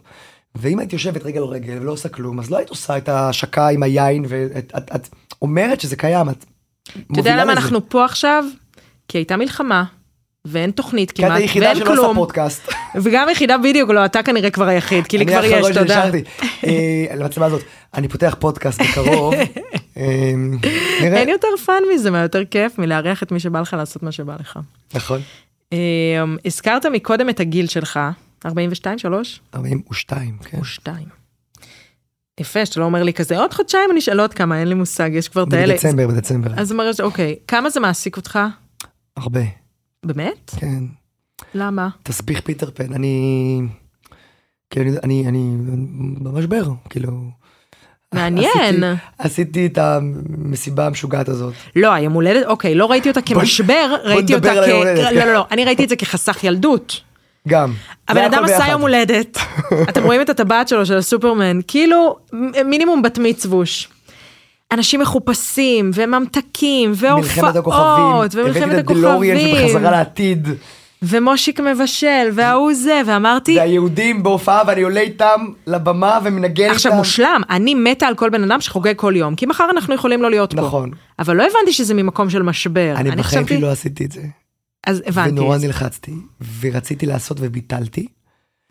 Speaker 1: ואם היית יושבת רגל על רגל ולא עושה כלום, אז לא היית עושה את ההשקה עם היין, ואת את, את אומרת שזה קיים, את
Speaker 2: אתה יודע למה אנחנו פה עכשיו? כי הייתה מלחמה, ואין תוכנית
Speaker 1: כי את
Speaker 2: כמעט,
Speaker 1: היחידה
Speaker 2: ואין
Speaker 1: שלא עושה
Speaker 2: כלום.
Speaker 1: פודקאסט.
Speaker 2: וגם יחידה בדיוק, לא, אתה כנראה כבר היחיד, כי לי כבר יש, תודה.
Speaker 1: אני האחרון שנשארתי. אה, למצלמה הזאת, אני פותח פודקאסט בקרוב. אה, נראה.
Speaker 2: אין יותר פאן מזה, מה יותר כיף מלארח את מי שבא לך לעשות מה שבא לך.
Speaker 1: נכון.
Speaker 2: אה, הזכרת מקודם את הגיל שלך, 42, 3?
Speaker 1: 42, כן.
Speaker 2: או 2. יפה, שאתה לא אומר לי כזה, עוד חודשיים אני אשאל עוד כמה, אין לי מושג, יש כבר את האלה.
Speaker 1: בדצמבר, בדצמבר.
Speaker 2: אז אומר, אוקיי, כמה זה מעסיק אותך?
Speaker 1: הרבה,
Speaker 2: באמת?
Speaker 1: כן.
Speaker 2: למה?
Speaker 1: תסביך פיטר פן, אני... כאילו, אני- אני, אני במשבר, כאילו...
Speaker 2: מעניין.
Speaker 1: עשיתי- עשיתי את המסיבה המשוגעת הזאת.
Speaker 2: לא, היום הולדת, אוקיי, לא ראיתי אותה כמשבר, ראיתי
Speaker 1: נדבר
Speaker 2: אותה
Speaker 1: על
Speaker 2: כ...
Speaker 1: היום הולדת.
Speaker 2: לא, לא, לא, אני ראיתי את זה כחסך ילדות.
Speaker 1: גם.
Speaker 2: הבן
Speaker 1: זה היה
Speaker 2: אדם
Speaker 1: הכל
Speaker 2: עשה
Speaker 1: ביחד.
Speaker 2: יום הולדת, אתם רואים את הטבעת שלו, של הסופרמן, כאילו מ- מינימום בת מצווש. אנשים מחופשים, וממתקים,
Speaker 1: מלחמת
Speaker 2: והופעות,
Speaker 1: הכוכבים.
Speaker 2: ומלחמת
Speaker 1: הבאתי את הדלוריאן שבחזרה
Speaker 2: הכוכבים,
Speaker 1: לעתיד.
Speaker 2: ומושיק מבשל, וההוא זה, ואמרתי,
Speaker 1: והיהודים בהופעה ואני עולה איתם לבמה ומנגן איתם.
Speaker 2: עכשיו מושלם, אני מתה על כל בן אדם שחוגג כל יום, כי מחר אנחנו יכולים לא להיות פה.
Speaker 1: נכון.
Speaker 2: אבל לא הבנתי שזה ממקום של משבר.
Speaker 1: אני בחיים
Speaker 2: חשבתי-
Speaker 1: שלי לא עשיתי את זה.
Speaker 2: אז הבנתי.
Speaker 1: ונורא נלחצתי, ורציתי לעשות וביטלתי.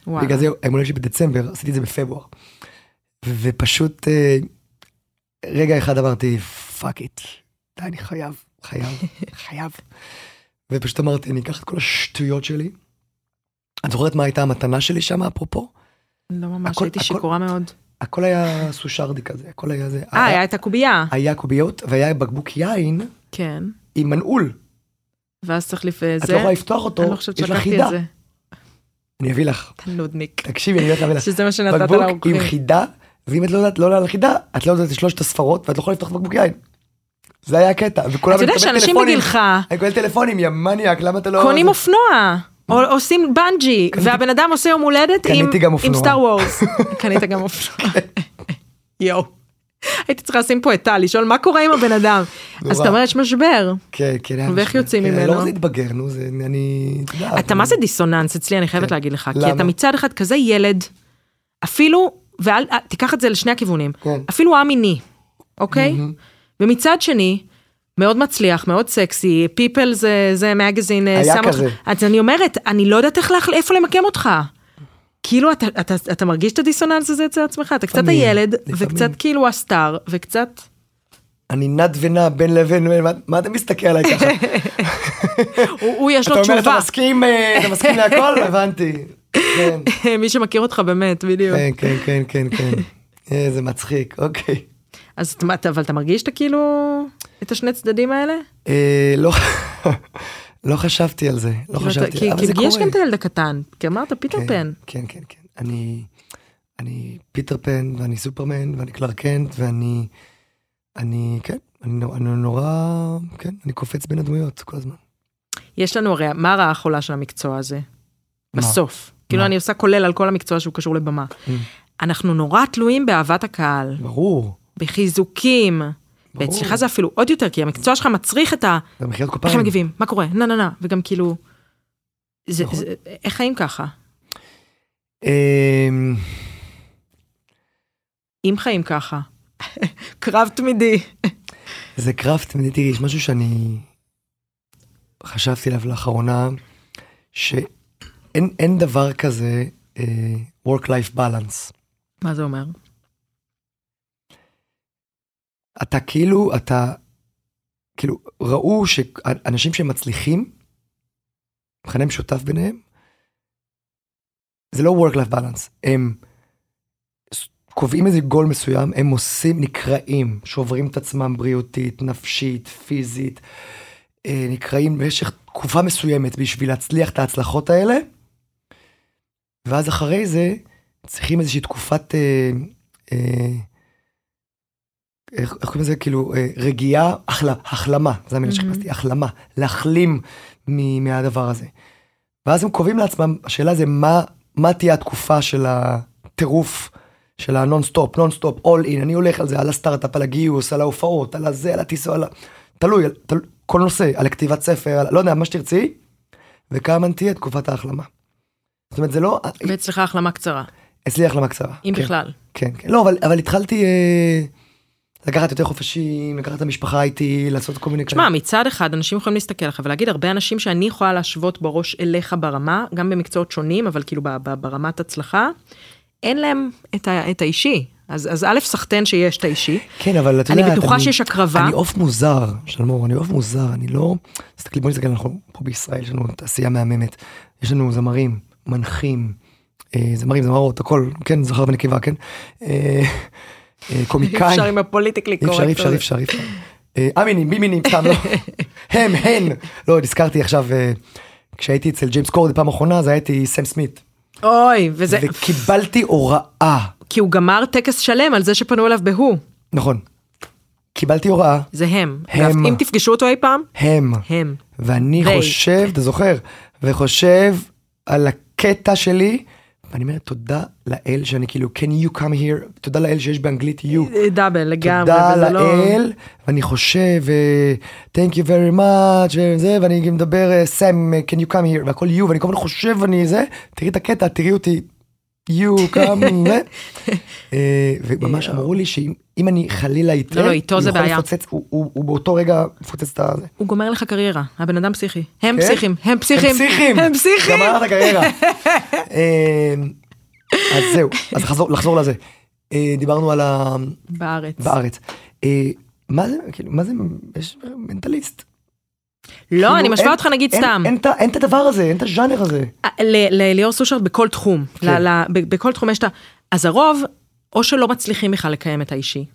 Speaker 2: וואלה.
Speaker 1: בגלל זה היום הולדת שלי בדצמבר, עשיתי את זה בפברואר. ופשוט אה, רגע אחד אמרתי, פאק איט, די, אני חייב, חייב, חייב. ופשוט אמרתי, אני אקח את כל השטויות שלי. את זוכרת מה הייתה המתנה שלי שם, אפרופו?
Speaker 2: לא ממש,
Speaker 1: הכל-
Speaker 2: הייתי
Speaker 1: הכל-
Speaker 2: שיכורה מאוד.
Speaker 1: הכל היה סושרדי כזה, הכל היה זה.
Speaker 2: אה, היה את הקובייה.
Speaker 1: היה קוביות והיה בקבוק יין
Speaker 2: כן. עם...
Speaker 1: עם מנעול.
Speaker 2: ואז צריך לפ... זה...
Speaker 1: את לא יכולה לפתוח אותו,
Speaker 2: אני לא חושבת
Speaker 1: יש לך
Speaker 2: שלקחתי
Speaker 1: חידה.
Speaker 2: את זה.
Speaker 1: אני אביא לך.
Speaker 2: אתה נודניק.
Speaker 1: תקשיבי, אני הולך להביא לך.
Speaker 2: שזה מה שנתת
Speaker 1: כן. בקבוק
Speaker 2: לאורחים.
Speaker 1: עם חידה, ואם את לא יודעת לא על החידה, את לא יודעת את שלושת הספרות, ואת לא יכולה לפתוח בקבוק יין. זה היה הקטע, וכולם...
Speaker 2: אתה יודע
Speaker 1: אני מקבל
Speaker 2: שאנשים
Speaker 1: טלפונים-
Speaker 2: בגילך-
Speaker 1: אני מקבל טלפונים, יא מניאק, למה אתה לא...
Speaker 2: קונים
Speaker 1: זה-
Speaker 2: אופנוע. או עושים בנג'י, והבן אדם עושה יום הולדת עם-
Speaker 1: קניתי גם
Speaker 2: עם
Speaker 1: אופנוע.
Speaker 2: סטאר וורס. קנית גם אופנוע. יואו. הייתי צריכה לשים פה את טל, לשאול מה קורה עם הבן אדם. אז אתה אומר יש משבר.
Speaker 1: כן, כן. היה
Speaker 2: ואיך
Speaker 1: משהו-
Speaker 2: יוצאים
Speaker 1: כן,
Speaker 2: ממנו?
Speaker 1: לא רוצה להתבגר, נו, זה... אני... אתה יודע,
Speaker 2: אתה
Speaker 1: אני-
Speaker 2: מה זה דיסוננס אצלי, אני חייבת
Speaker 1: כן.
Speaker 2: להגיד לך. כי
Speaker 1: למה?
Speaker 2: אתה מצד אחד כזה ילד, אפילו, ואל, אה, תיקח את זה לשני הכיוונים,
Speaker 1: כן.
Speaker 2: אפילו א-מיני, אוקיי? ומצד שני, מאוד מצליח, מאוד סקסי, people זה, זה מגזין, אה,
Speaker 1: היה
Speaker 2: שם אותך.
Speaker 1: כזה.
Speaker 2: אז אני אומרת, אני לא יודעת איך, להחל- איפה למקם אותך. כאילו אתה, אתה, אתה מרגיש את הדיסוננס הזה אצל עצמך, אתה קצת
Speaker 1: לפעמים,
Speaker 2: הילד,
Speaker 1: לפעמים.
Speaker 2: וקצת כאילו הסטאר, וקצת...
Speaker 1: אני נד ונע בין לבין, מה- מה אתה מסתכל עליי ככה?
Speaker 2: הוא, הוא יש
Speaker 1: אתה
Speaker 2: לו
Speaker 1: אומר, אתה
Speaker 2: תשובה.
Speaker 1: מסכים, אה, אתה מסכים להכל? הבנתי. כן,
Speaker 2: מי שמכיר אותך באמת, בדיוק.
Speaker 1: כן, כן, כן, כן, כן. אה, זה מצחיק, אוקיי.
Speaker 2: אז אתה- אתה, אבל אתה מרגיש שאתה כאילו את השני צדדים האלה?
Speaker 1: אה, לא, לא חשבתי על זה, לא
Speaker 2: כאילו אתה-
Speaker 1: חשבתי,
Speaker 2: כי,
Speaker 1: אבל זה
Speaker 2: כי
Speaker 1: קורה.
Speaker 2: יש גם את הילד הקטן, כי אמרת פיטר
Speaker 1: כן,
Speaker 2: פן.
Speaker 1: כן, כן, כן. אני, אני פיטר פן, ואני סופרמן, ואני קלר קנט, ואני, אני, כן, אני, נו- אני נורא, כן, אני קופץ בין הדמויות כל הזמן.
Speaker 2: יש לנו הרי, מה הרעה החולה של המקצוע הזה?
Speaker 1: מה? Mm.
Speaker 2: בסוף. כאילו אני עושה כולל על כל המקצוע שהוא קשור לבמה. אנחנו נורא תלויים באהבת הקהל,
Speaker 1: ברור,
Speaker 2: בחיזוקים. ואצלך זה אפילו עוד יותר, כי המקצוע שלך מצריך את ה...
Speaker 1: זה מחיאות
Speaker 2: איך
Speaker 1: קופיים.
Speaker 2: הם מגיבים? מה קורה? נה נה נה. וגם כאילו... זה-
Speaker 1: נכון.
Speaker 2: זה- איך חיים ככה?
Speaker 1: אמ,
Speaker 2: אם חיים ככה. קרב תמידי.
Speaker 1: זה קרב תמידי, תראי, יש משהו שאני חשבתי עליו לאחרונה, שאין אין דבר כזה אה, work-life balance.
Speaker 2: מה זה אומר?
Speaker 1: אתה כאילו, אתה, כאילו, ראו שאנשים שמצליחים, מכנה משותף ביניהם, זה לא work-life balance, הם ס- קובעים איזה גול מסוים, הם עושים, נקרעים, שוברים את עצמם בריאותית, נפשית, פיזית, אה, נקרעים במשך תקופה מסוימת בשביל להצליח את ההצלחות האלה, ואז אחרי זה צריכים איזושהי תקופת... אה, אה, איך איך קוראים לזה? כאילו, אה, רגיעה, החלה, החלמה, זה המילה
Speaker 2: מהמם.
Speaker 1: שחיפשתי, החלמה, להחלים מ- מהדבר הזה. ואז הם קובעים לעצמם, השאלה זה מה, מה תהיה התקופה של הטירוף, של הנונסטופ, נונסטופ, אול אין, אני הולך על זה, על הסטארט-אפ, על הגיוס, על ההופעות, על הזה, על הטיסו, על ה... תלוי, על- תל- כל נושא, על הכתיבת ספר, על... לא יודע, מה שתרצי, וכמה תהיה תקופת ההחלמה. זאת אומרת, זה לא...
Speaker 2: ואצלך החלמה קצרה,
Speaker 1: אצלי החלמה קצרה.
Speaker 2: אם
Speaker 1: כן.
Speaker 2: בכלל.
Speaker 1: כן, כן. לא, אבל, אבל התחלתי אה, לקחת יותר חופשים, לקחת את המשפחה איתי, לעשות כל מיני...
Speaker 2: תשמע, מצד אחד אנשים יכולים להסתכל עליך ולהגיד הרבה אנשים שאני יכולה להשוות בראש אליך ברמה, גם במקצועות שונים, אבל כאילו ב- ב- ברמת הצלחה, אין להם את, ה, את האישי. אז, אז א', סחטיין שיש את האישי.
Speaker 1: כן, אבל את
Speaker 2: אני
Speaker 1: יודעת...
Speaker 2: בטוחה שיש הקרבה.
Speaker 1: אני עוף מוזר, שלמור, אני עוף מוזר, אני לא... תסתכלי, בואי נסתכל, אנחנו פה בישראל, יש לנו תעשייה מהממת, יש לנו זמרים, מנחים, אה, זמרים, זמרות, הכל, כן, זכר ונקבה, כן? אה, אה,
Speaker 2: אי
Speaker 1: קומיקאים.
Speaker 2: אפשר עם הפוליטיקלי
Speaker 1: אי
Speaker 2: קורקט.
Speaker 1: אפשר, אי אפשר, אי
Speaker 2: הזה.
Speaker 1: אפשר, אי אפשר. אה, אמינים, בימינים, סתם לא. הם, הן. לא, נזכרתי עכשיו, אה, כשהייתי אצל ג'יימס קורד פעם אחרונה, אז הייתי סם סמית.
Speaker 2: אוי, וזה...
Speaker 1: וקיבלתי הוראה,
Speaker 2: כי הוא גמר טקס שלם על זה שפנו אליו בהוא. נכון.
Speaker 1: קיבלתי הוראה,
Speaker 2: זה הם.
Speaker 1: הם.
Speaker 2: אגב, אם תפגשו אותו אי פעם,
Speaker 1: הם.
Speaker 2: הם.
Speaker 1: ואני
Speaker 2: They.
Speaker 1: חושב, אתה זוכר, וחושב על הקטע שלי, ואני אומר, תודה לאל שאני כאילו, can you come here, תודה לאל שיש באנגלית you.
Speaker 2: דאבל לגמרי,
Speaker 1: תודה
Speaker 2: וזה לא...
Speaker 1: לאל, ואני חושב, אה, thank you very much, וזה, ואני גם מדבר, אה, סם, אה, can you come here, והכל you, ואני כל הזמן חושב, אני זה, תראי את הקטע, תראי אותי, you come, זה. אה, וממש אמרו לי שאם אם אני חלילה אטעה,
Speaker 2: לא, לא, איתו
Speaker 1: הוא
Speaker 2: זה
Speaker 1: יכול
Speaker 2: בעיה.
Speaker 1: לפוצץ, הוא- הוא הוא באותו רגע מפוצץ את הזה.
Speaker 2: הוא גומר לך קריירה, הבן אדם פסיכי. הם
Speaker 1: כן?
Speaker 2: פסיכים, הם פסיכים. הם פסיכים.
Speaker 1: גמרת הקריירה. אה, אז זהו, אז חזור- לחזור לזה. אה, דיברנו על ה...
Speaker 2: בארץ.
Speaker 1: בארץ. אה, מה זה, כאילו, מה זה, יש מנטליסט.
Speaker 2: לא,
Speaker 1: כאילו,
Speaker 2: אני משווה
Speaker 1: אין-
Speaker 2: אותך נגיד
Speaker 1: אין-
Speaker 2: סתם.
Speaker 1: אין את ה- אין את הדבר הזה, אין את הז'אנר הזה.
Speaker 2: ל- לליאור סושרד בכל תחום.
Speaker 1: כן.
Speaker 2: ל- ל- ב- בכל תחום יש את ה... אז הרוב, או שלא מצליחים בכלל לקיים את האישי.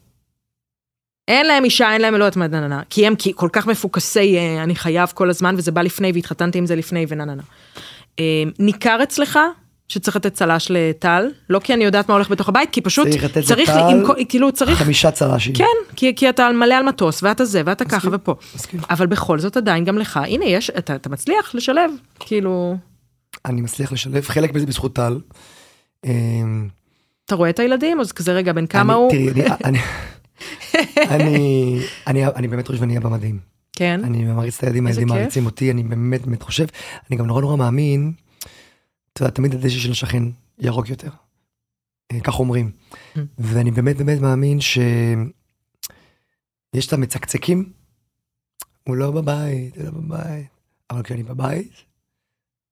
Speaker 2: אין להם אישה, אין להם לא יודעת מה, נה נה נה. כי הם כי- כל כך מפוקסי אה, אני חייב כל הזמן, וזה בא לפני, והתחתנתי עם זה לפני, ונה נה נה. אה, ניכר אצלך שצריך לתת צל"ש לטל, לא כי אני יודעת מה הולך בתוך הבית, כי פשוט
Speaker 1: צריך לתת
Speaker 2: צריך,
Speaker 1: לטל-
Speaker 2: עם כל- כאילו צריך,
Speaker 1: חמישה צל"שים.
Speaker 2: כן, כי, כי אתה מלא על מטוס, ואתה זה, ואתה ככה
Speaker 1: מסכים.
Speaker 2: ופה.
Speaker 1: מסכים.
Speaker 2: אבל בכל זאת עדיין גם לך, הנה יש, אתה, אתה מצליח לשלב, כאילו,
Speaker 1: אני מצליח לשלב חלק מזה בזכות טל. אה,
Speaker 2: אתה רואה את הילדים, אז כזה רגע, בן כמה
Speaker 1: אני-
Speaker 2: הוא?
Speaker 1: תראי, אני- אני- אני- אני- אני באמת חושב שאני אבא מדהים.
Speaker 2: כן,
Speaker 1: אני מעריץ את הילדים,
Speaker 2: איזה
Speaker 1: הילדים
Speaker 2: כיף.
Speaker 1: מעריצים אותי, אני באמת באמת חושב. אני גם נורא נורא מאמין, אתה יודע, תמיד הדשא של השכן ירוק יותר. אה, כך אומרים.
Speaker 2: Mm.
Speaker 1: ואני באמת באמת מאמין ש... יש את המצקצקים, הוא לא בבית, הוא לא בבית. אבל כשאני בבית,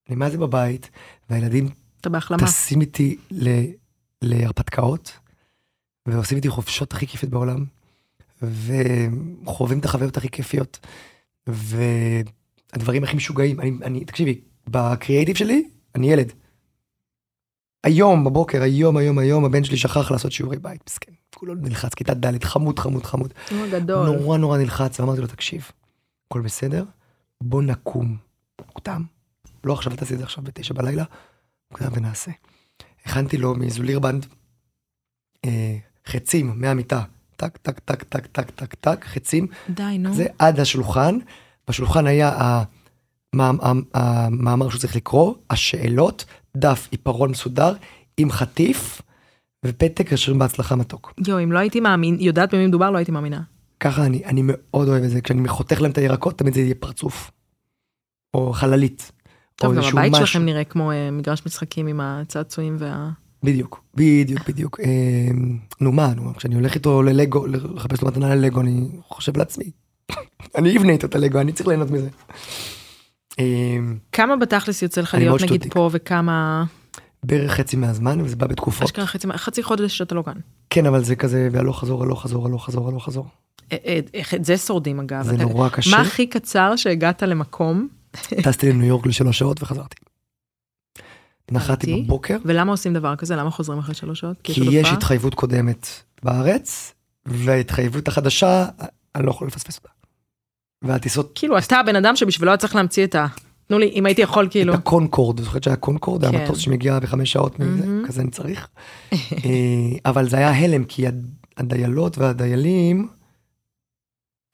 Speaker 1: אני מה זה בבית, והילדים
Speaker 2: אתה בהחלמה.
Speaker 1: טסים איתי ל- להרפתקאות, ועושים איתי חופשות הכי כיפיות בעולם, וחווים את החוויות הכי כיפיות, והדברים הכי משוגעים. אני, אני, תקשיבי, בקריאייטיב שלי, אני ילד. היום בבוקר, היום, היום, היום, הבן שלי שכח לעשות שיעורי בית, מסכן. כולו נלחץ, כיתה ד', חמוד, חמוד, חמוד.
Speaker 2: הוא
Speaker 1: הוא
Speaker 2: גדול.
Speaker 1: נורא נורא נלחץ, ואמרתי לו, תקשיב, הכל בסדר, בוא נקום מוקדם. לא עכשיו, אל תעשי את זה עכשיו בתשע בלילה, מוקדם ונעשה. הכנתי לו מאיזולירבנד אה, חצים מהמיטה, טק, טק, טק, טק, טק, טק, טק, חצים,
Speaker 2: די, נו.
Speaker 1: זה עד השולחן. בשולחן היה ה- מה- ה- המאמר שהוא צריך לקרוא, השאלות, דף עיפרון מסודר, עם חטיף ופתק רשום בהצלחה מתוק.
Speaker 2: יואו, אם לא הייתי מאמין, יודעת במי מדובר, לא הייתי מאמינה.
Speaker 1: ככה אני, אני מאוד אוהב את זה, כשאני חותך להם את הירקות תמיד זה יהיה פרצוף. או חללית.
Speaker 2: טוב,
Speaker 1: או
Speaker 2: גם
Speaker 1: איזשהו
Speaker 2: הבית
Speaker 1: משהו.
Speaker 2: שלכם נראה כמו אה, מגרש משחקים עם הצעצועים וה...
Speaker 1: בדיוק, בדיוק, בדיוק. אמ, נו מה, נו, כשאני הולך איתו ללגו, לחפש לו מתנה ללגו, אני חושב לעצמי. אני אבנה איתו את הלגו, אני צריך ליהנות מזה. אמ,
Speaker 2: כמה בתכלס יוצא לך
Speaker 1: אני
Speaker 2: להיות
Speaker 1: מאוד
Speaker 2: נגיד
Speaker 1: שטותניק.
Speaker 2: פה וכמה...
Speaker 1: בערך חצי מהזמן, וזה בא בתקופות.
Speaker 2: אשכרה חצי- חצי חודש שאתה לא כאן.
Speaker 1: כן, אבל זה כזה, והלוך חזור, הלוך חזור, הלוך חזור, הלוך חזור.
Speaker 2: אה, אה, איך את זה שורדים אגב.
Speaker 1: זה
Speaker 2: אתה-
Speaker 1: נורא קשה.
Speaker 2: מה הכי קצר שהגעת למקום,
Speaker 1: טסתי לניו יורק לשלוש שעות וחזרתי.
Speaker 2: אמיתי?
Speaker 1: נחתי בבוקר,
Speaker 2: ולמה עושים דבר כזה? למה חוזרים אחרי שלוש שעות?
Speaker 1: כי יש
Speaker 2: הופעה?
Speaker 1: התחייבות קודמת בארץ, וההתחייבות החדשה, אני לא יכול לפספס אותה. והטיסות,
Speaker 2: כאילו, אתה הבן אדם שבשבילו היה צריך להמציא את ה... תנו לי, אם הייתי יכול, כאילו.
Speaker 1: את הקונקורד, זוכרת שהיה קונקורד,
Speaker 2: כן.
Speaker 1: היה מטוס שמגיע בחמש שעות מזה,
Speaker 2: מהמם.
Speaker 1: כזה אני צריך. אה, אבל זה היה הלם, כי הד- הדיילות והדיילים,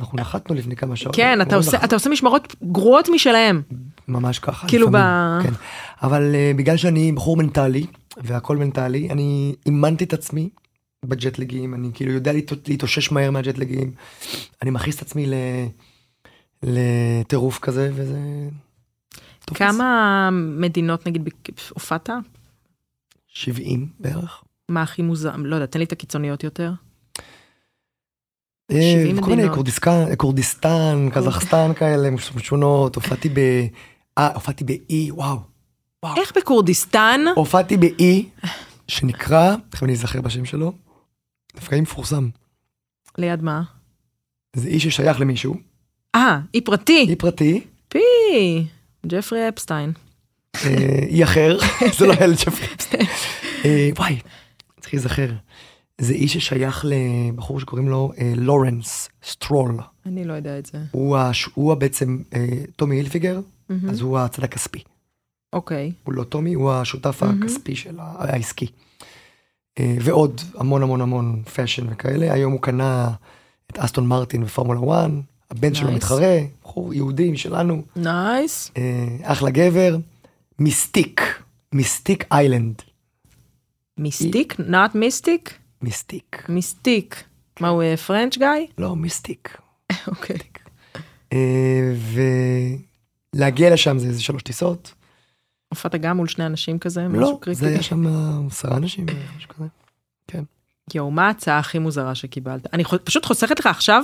Speaker 1: אנחנו נחתנו לפני כמה שעות.
Speaker 2: כן, אתה
Speaker 1: מאוד
Speaker 2: עושה,
Speaker 1: לחץ-
Speaker 2: אתה עושה משמרות גרועות משלהם.
Speaker 1: ממש ככה.
Speaker 2: כאילו
Speaker 1: לפעמים,
Speaker 2: ב-
Speaker 1: כן. אבל אה, בגלל שאני בחור מנטלי, והכל מנטלי, אני אימנתי את עצמי בג'טלגים, אני כאילו יודע להת- להתאושש מהר מהג'טלגים, אני מכניס את עצמי ל... לטירוף כזה, וזה...
Speaker 2: כן.
Speaker 1: תופס.
Speaker 2: כמה מדינות נגיד בק- הופעת?
Speaker 1: 70 בערך.
Speaker 2: מה הכי מוזר? לא יודע, תן לי את הקיצוניות יותר.
Speaker 1: אה,
Speaker 2: 70
Speaker 1: כל מיני
Speaker 2: מדינות.
Speaker 1: כורדיסטן, כורדיסטן, קזחסטן כאלה, מש- משונות, הופעתי ב... אה, הופעתי באי, וואו. וואו.
Speaker 2: איך בכורדיסטן?
Speaker 1: הופעתי באי, שנקרא, תכף אני אזכר בשם שלו, דווקא אי מפורסם.
Speaker 2: ליד מה?
Speaker 1: זה אי ששייך למישהו,
Speaker 2: אה, אי פרטי.
Speaker 1: אי פרטי,
Speaker 2: פי. ג'פרי אפסטיין.
Speaker 1: אה, אי אחר, זה לא היה לג'פרי אפסטיין. אה, וואי, צריך להיזכר. זה אי ששייך לבחור שקוראים לו אה, לורנס סטרול.
Speaker 2: אני לא יודע את זה.
Speaker 1: הוא הש- הוא בעצם אה, טומי הילפיגר,
Speaker 2: מהמם.
Speaker 1: אז הוא הצד הכספי.
Speaker 2: אוקיי.
Speaker 1: הוא לא טומי, הוא השותף
Speaker 2: מהמם.
Speaker 1: הכספי של ה- העסקי. אה, ועוד המון המון המון פאשן וכאלה. היום הוא קנה את אסטון מרטין בפורמולה 1, הבן שלו
Speaker 2: Nice.
Speaker 1: מתחרה, בחור יהודי משלנו,
Speaker 2: נייס.
Speaker 1: אה, אחלה גבר, מיסטיק, מיסטיק איילנד,
Speaker 2: מיסטיק? נאט מיסטיק?
Speaker 1: מיסטיק,
Speaker 2: מיסטיק. מה הוא אה, פרנץ' גיא?
Speaker 1: לא מיסטיק.
Speaker 2: אוקיי.
Speaker 1: אה, ולהגיע לשם זה איזה שלוש טיסות.
Speaker 2: הופעת גם מול שני אנשים כזה?
Speaker 1: לא,
Speaker 2: משהו קריטי?
Speaker 1: זה היה שם אה, עשרה אנשים, משהו כזה.
Speaker 2: יואו, מה ההצעה הכי מוזרה שקיבלת? אני חו- פשוט חוסכת לך עכשיו,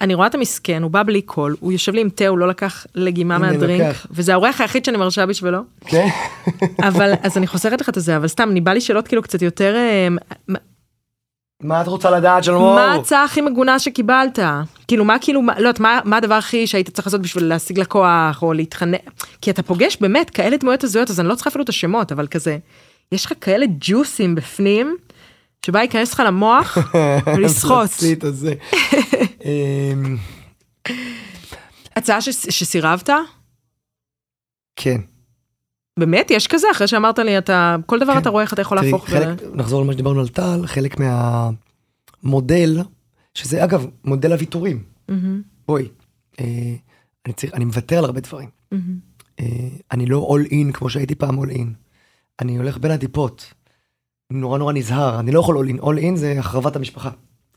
Speaker 2: אני רואה את המסכן, הוא בא בלי קול, הוא יושב לי עם תה, הוא לא לקח לגימה
Speaker 1: הנה,
Speaker 2: מהדרינק,
Speaker 1: לקח.
Speaker 2: וזה האורח היחיד שאני מרשה בשבילו,
Speaker 1: כן?
Speaker 2: אבל אז אני חוסכת לך את זה, אבל סתם, אני בא לי שאלות כאילו קצת יותר, אה, מה-
Speaker 1: מה את רוצה לדעת שלמור?
Speaker 2: מה ההצעה הכי מגונה שקיבלת? כאילו, מה כאילו, מה- לא יודעת, מה- מה הדבר הכי שהיית צריך לעשות בשביל להשיג לקוח, או להתחנן, כי אתה פוגש באמת כאלה דמויות הזויות, אז אני לא צריכה אפילו את השמות, אבל כזה, יש לך כאלה ג'וסים בפנים, שבא להיכנס לך למוח, ולסחוט.
Speaker 1: הפלצית הזה. אמ,
Speaker 2: הצעה שס- שסירבת?
Speaker 1: כן.
Speaker 2: באמת? יש כזה? אחרי שאמרת לי, אתה, כל דבר
Speaker 1: כן.
Speaker 2: אתה רואה איך אתה יכול
Speaker 1: תראי,
Speaker 2: להפוך. ב-
Speaker 1: חלק- נחזור למה שדיברנו על טל, חלק מהמודל, שזה אגב מודל הוויתורים,
Speaker 2: מהמם,
Speaker 1: בואי, אה, אני צריך- אני מוותר על הרבה דברים.
Speaker 2: מהמם.
Speaker 1: אה, אני לא אול אין כמו שהייתי פעם אול אין. אני הולך בין הטיפות. נורא נורא נזהר, אני לא יכול אול אין. אול אין זה החרבת המשפחה.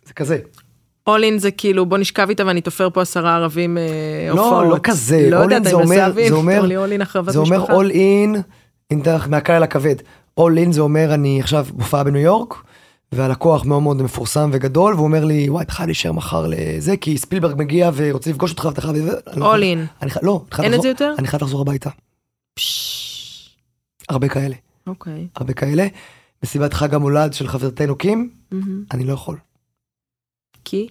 Speaker 1: זה כזה.
Speaker 2: All in זה כאילו, בוא נשכב איתה ואני תופר פה עשרה ערבים אה,
Speaker 1: לא,
Speaker 2: הופעות.
Speaker 1: לא כזה.
Speaker 2: לא
Speaker 1: All
Speaker 2: יודעת,
Speaker 1: in
Speaker 2: אני
Speaker 1: זה אומר-
Speaker 2: מנסה להבין.
Speaker 1: זה אומר-
Speaker 2: תור לי all in החרבת
Speaker 1: זה אומר
Speaker 2: משפחה.
Speaker 1: אול אין, מהקל אל הכבד. אול אין זה אומר אני עכשיו הופעה בניו יורק, והלקוח מאוד מאוד מפורסם וגדול, והוא אומר לי וואי אתה חייב להישאר מחר לזה כי ספילברג מגיע ורוצה לפגוש אותך ואתה חייב... אני לא
Speaker 2: All
Speaker 1: יכול-
Speaker 2: in.
Speaker 1: אני חי- לא, אני חייב
Speaker 2: אין את זה
Speaker 1: לחזור-
Speaker 2: יותר?
Speaker 1: אני חייב לחזור הביתה.
Speaker 2: פשש,
Speaker 1: הרבה כאלה,
Speaker 2: אוקיי.
Speaker 1: הרבה כאלה. מסיבת חג המולד של חברתנו קים,
Speaker 2: מהמם.
Speaker 1: אני לא יכול.
Speaker 2: כי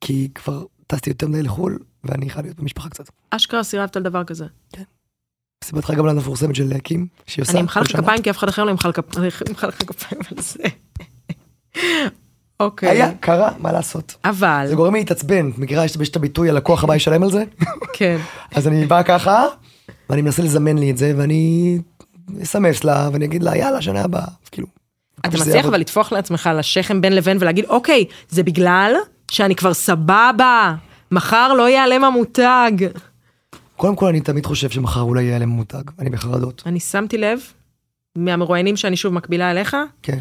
Speaker 1: כי כבר טסתי יותר מדי לחו"ל, ואני חייב להיות במשפחה קצת.
Speaker 2: אשכרה סירבת על דבר כזה.
Speaker 1: מסיבת חג המולד המפורסמת של קים, שהיא עושה
Speaker 2: אני אמחא
Speaker 1: כל
Speaker 2: לך
Speaker 1: שנה.
Speaker 2: כפיים כי אף אחד אחר לא אמחא לך כפ- אני אמחא לך כפיים על זה. אוקיי.
Speaker 1: היה, קרה, מה לעשות.
Speaker 2: אבל,
Speaker 1: זה גורם לי להתעצבן, את מכירה, יש יש את הביטוי הלקוח הבא ישלם על זה?
Speaker 2: כן.
Speaker 1: אז אני בא ככה, ואני מנסה לזמן לי את זה, ואני אסמס לה, ואני אגיד לה, יאללה, שנה הבאה, אז כאילו.
Speaker 2: אתה
Speaker 1: שזה
Speaker 2: מצליח
Speaker 1: יעבוד.
Speaker 2: אבל לטפוח לעצמך לשכם בין לבין ולהגיד, אוקיי, זה בגלל שאני כבר סבבה, מחר לא ייעלם המותג.
Speaker 1: קודם כל, אני תמיד חושב שמחר אולי יהיה להם מותג, אני בחרדות.
Speaker 2: אני שמתי לב, מהמרואיינים שאני שוב מקבילה אליך,
Speaker 1: כן.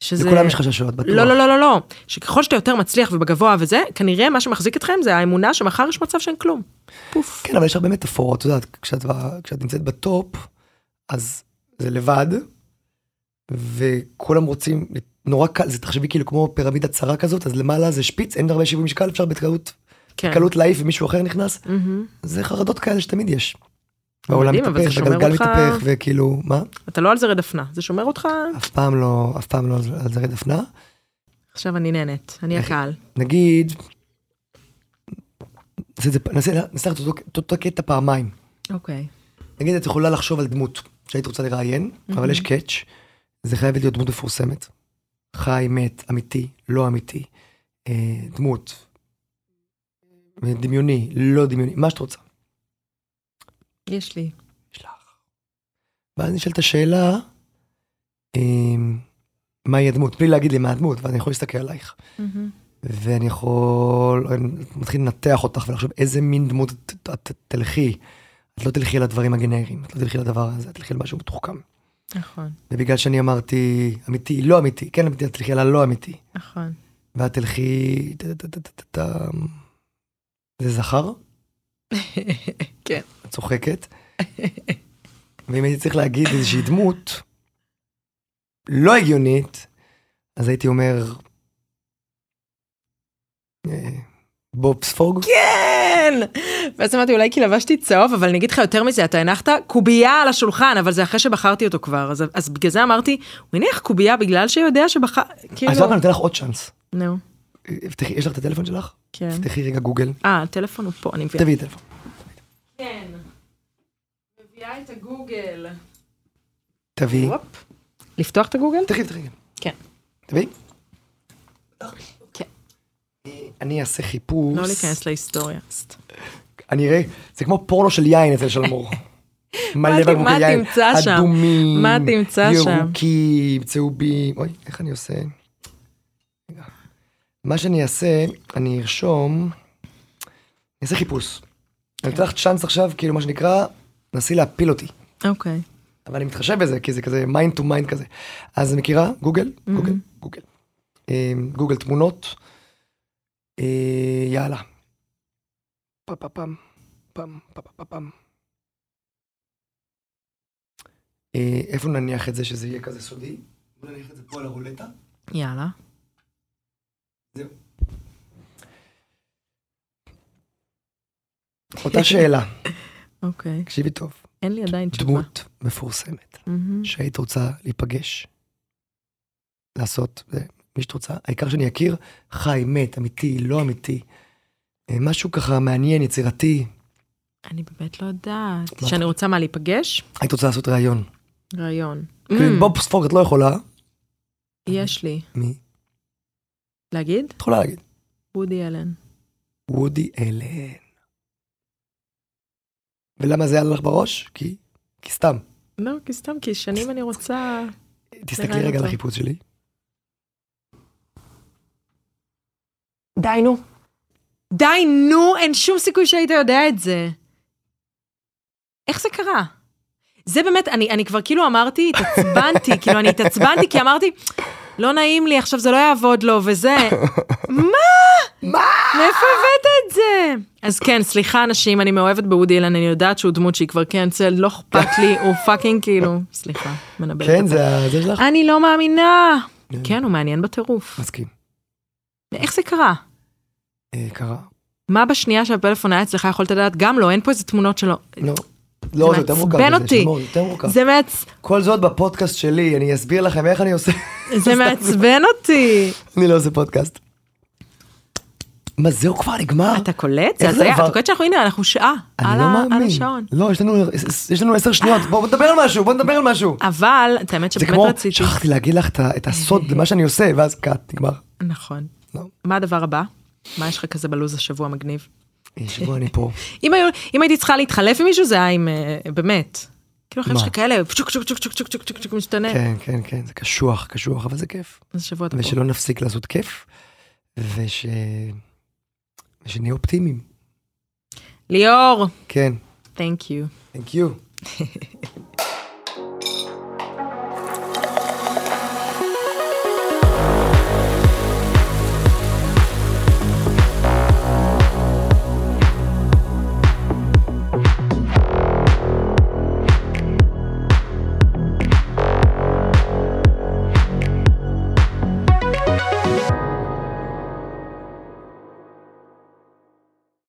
Speaker 2: שזה...
Speaker 1: לכולם יש חששות, בטוח.
Speaker 2: לא, לא, לא, לא, לא. שככל שאתה יותר מצליח ובגבוה וזה, כנראה מה שמחזיק אתכם זה האמונה שמחר יש מצב שאין כלום. פוף.
Speaker 1: כן, אבל יש הרבה מטאפורות, את יודעת, כשאת, ב- כשאת נמצאת בטופ, אז זה לבד, וכולם רוצים, נורא קל, זה תחשבי כאילו כמו פירמידה צרה כזאת, אז למעלה זה שפיץ, אין הרבה שיווי משקל, אפשר בקלות,
Speaker 2: כן.
Speaker 1: בקלות להעיף ומישהו אחר נכנס,
Speaker 2: מהמם.
Speaker 1: זה חרדות כאלה שתמיד יש. העולם
Speaker 2: מדהים, אבל זה
Speaker 1: מתהפך,
Speaker 2: שומר
Speaker 1: הגלגל
Speaker 2: אותך-
Speaker 1: מתהפך, וכאילו, מה?
Speaker 2: אתה לא על זרי דפנה, זה שומר אותך?
Speaker 1: אף פעם לא, אף פעם לא על זרי דפנה.
Speaker 2: עכשיו אני נהנית, אני
Speaker 1: איך-
Speaker 2: הקהל.
Speaker 1: נגיד, נעשה את זה- נעשה נעשה את אותו- את אותו קטע פעמיים.
Speaker 2: אוקיי.
Speaker 1: נגיד את יכולה לחשוב על דמות שהיית רוצה לראיין, אבל יש קאץ', זה חייבת להיות דמות מפורסמת. חי, מת, אמיתי, לא אמיתי, אה, דמות, דמיוני, לא דמיוני, מה שאת רוצה.
Speaker 2: יש לי.
Speaker 1: יש לך. ואז נשאלת השאלה, אמ, מהי הדמות? בלי להגיד לי מה הדמות, ואני יכול להסתכל עלייך.
Speaker 2: מהמם.
Speaker 1: ואני יכול, אני מתחיל לנתח אותך ולחשוב איזה מין דמות את, את, את תלכי. את לא תלכי לדברים הגנריים, את לא תלכי לדבר הזה, את תלכי למשהו מתוחכם.
Speaker 2: נכון,
Speaker 1: ובגלל שאני אמרתי אמיתי, לא אמיתי, כן אמיתי, את תלכי על הלא אמיתי.
Speaker 2: נכון.
Speaker 1: ואת תלכי... ת- ת- ת- ת- ת- ת- זה זכר?
Speaker 2: כן.
Speaker 1: את צוחקת. ואם הייתי צריך להגיד איזושהי דמות לא הגיונית, אז הייתי אומר... אה, בוב ספוג?
Speaker 2: כן! ואז אמרתי, אולי כי לבשתי צהוב, אבל אני אגיד לך יותר מזה, אתה הנחת קובייה על השולחן, אבל זה אחרי שבחרתי אותו כבר, אז, אז בגלל זה אמרתי, הוא הניח קובייה בגלל שהוא יודע שבחר... כאילו...
Speaker 1: אז עוד פעם, אה, אני נותן לך עוד צ'אנס.
Speaker 2: נו,
Speaker 1: אה, פתחי- יש לך את הטלפון שלך?
Speaker 2: כן.
Speaker 1: תפתחי רגע גוגל,
Speaker 2: אה, הטלפון הוא פה, אני מביאה.
Speaker 1: תביאי טלפון.
Speaker 2: כן. מביאה את הגוגל.
Speaker 1: אה. תביאי.
Speaker 2: הופ. לפתוח את הגוגל?
Speaker 1: תפתחי, תפתחי.
Speaker 2: כן.
Speaker 1: תביאי.
Speaker 2: כן.
Speaker 1: אה, אני אעשה חיפוש.
Speaker 2: לא להיכנס להיסטוריה. סת.
Speaker 1: אני אראה, זה כמו פורנו של יין אצל שלמור. מלא
Speaker 2: מה-
Speaker 1: בקבוקי
Speaker 2: מה
Speaker 1: יין,
Speaker 2: תמצא שם?
Speaker 1: אדומים,
Speaker 2: מה תמצא שם?
Speaker 1: ירוקים, צהובים, אוי, איך אני עושה? רגע. מה שאני אעשה, אני ארשום, אני אעשה חיפוש. אני אתן לך צ'אנס עכשיו, כאילו מה שנקרא, נסי להפיל אותי.
Speaker 2: אוקיי.
Speaker 1: אבל אני מתחשב בזה, כי זה כזה מיינד טו מיינד כזה. אז מכירה? גוגל?
Speaker 2: Mm-hmm.
Speaker 1: גוגל, גוגל. אמ, גוגל תמונות. אה, יאללה. פה פה פם, פם, פה פה פה פם. אה, איפה נניח את זה שזה יהיה כזה סודי? בוא נניח את זה פה על הרולטה.
Speaker 2: יאללה.
Speaker 1: אותה שאלה,
Speaker 2: אוקיי.
Speaker 1: תקשיבי טוב.
Speaker 2: אין לי עדיין תשובה.
Speaker 1: דמות מפורסמת
Speaker 2: מהמם.
Speaker 1: שהיית רוצה להיפגש, לעשות, זה, מי שאת רוצה, העיקר שאני אכיר, חי, מת, אמיתי, לא אמיתי. אה, משהו ככה מעניין, יצירתי,
Speaker 2: אני באמת לא יודעת.
Speaker 1: מה?
Speaker 2: שאני רוצה מה להיפגש?
Speaker 1: היית רוצה לעשות ראיון.
Speaker 2: Mm. ראיון.
Speaker 1: כאילו,
Speaker 2: Mm,
Speaker 1: עם בוב ספוג את לא יכולה,
Speaker 2: יש לי.
Speaker 1: מי?
Speaker 2: להגיד?
Speaker 1: את יכולה להגיד,
Speaker 2: וודי אלן.
Speaker 1: וודי אלן. ולמה זה עלה לך בראש? כי, כי סתם.
Speaker 2: לא, כי סתם, כי שנים אני רוצה...
Speaker 1: תסתכלי
Speaker 2: לראיין
Speaker 1: רגע על
Speaker 2: אותו.
Speaker 1: החיפוש שלי.
Speaker 2: די נו. די נו, אין שום סיכוי שהיית יודע את זה. איך זה קרה? זה באמת, אני, אני כבר כאילו אמרתי, התעצבנתי, כאילו אני התעצבנתי כי אמרתי, לא נעים לי, עכשיו זה לא יעבוד לו, וזה. מה?
Speaker 1: מה?
Speaker 2: מאיפה הבאת את זה? אז כן, סליחה אנשים, אני מאוהבת בוודי אלן, אני יודעת שהוא דמות שהיא כבר קנצל, לא אכפת לי, הוא פאקינג כאילו, סליחה, מנבל.
Speaker 1: כן, זה ה- זה שלך?
Speaker 2: אני לא מאמינה.
Speaker 1: כן.
Speaker 2: כן, הוא מעניין בטירוף.
Speaker 1: מסכים.
Speaker 2: איך זה קרה?
Speaker 1: אה, קרה.
Speaker 2: מה בשנייה שהפלאפון היה אצלך יכולת לדעת? גם לא, אין פה איזה תמונות שלו.
Speaker 1: לא. לא, זה יותר מורכב.
Speaker 2: מעצבן
Speaker 1: מזה,
Speaker 2: אותי.
Speaker 1: שלמור, זה יותר מורכב.
Speaker 2: זה מעצ...
Speaker 1: כל זאת בפודקאסט שלי, אני אסביר לכם איך אני עושה.
Speaker 2: זה מעצבן אותי.
Speaker 1: אני לא עושה פודקאסט. מה זהו כבר נגמר?
Speaker 2: אתה קולט? זה
Speaker 1: אה, איך זה
Speaker 2: הזיה.
Speaker 1: עבר?
Speaker 2: אתה קולט שאנחנו, הנה, אנחנו שעה.
Speaker 1: אני
Speaker 2: על
Speaker 1: לא
Speaker 2: ה-
Speaker 1: מאמין.
Speaker 2: על השעון.
Speaker 1: לא, יש לנו- יש לנו עשר שניות, בואו בואו נדבר על משהו, בואו נדבר על משהו.
Speaker 2: אבל, את האמת
Speaker 1: זה
Speaker 2: שבאמת
Speaker 1: כמו,
Speaker 2: אה, רציתי. אה.
Speaker 1: שכחתי להגיד לך את ה- את הסוד למה שאני עושה, ואז קאט, נגמר.
Speaker 2: נכון.
Speaker 1: לא.
Speaker 2: מה הדבר הבא? מה יש לך כזה בלוז השבוע מגניב?
Speaker 1: אה, שבוע אני פה.
Speaker 2: אם היו- אם הייתי צריכה להתחלף עם מישהו, זה היה עם... אה, באמת. כאילו החיים
Speaker 1: מה?
Speaker 2: שלך כאלה, פשוק, פשוק, פשוק, פשוק, פשוק, פשוק, פשוק, משתנה.
Speaker 1: כן, כן, כן, זה קשוח, קשוח, אבל זה כיף.
Speaker 2: אז שבוע אתה פה.
Speaker 1: ושלא נפסיק לעשות כיף, וש... ושנהיה אופטימיים.
Speaker 2: ליאור,
Speaker 1: כן,
Speaker 2: Thank you.
Speaker 1: Thank you.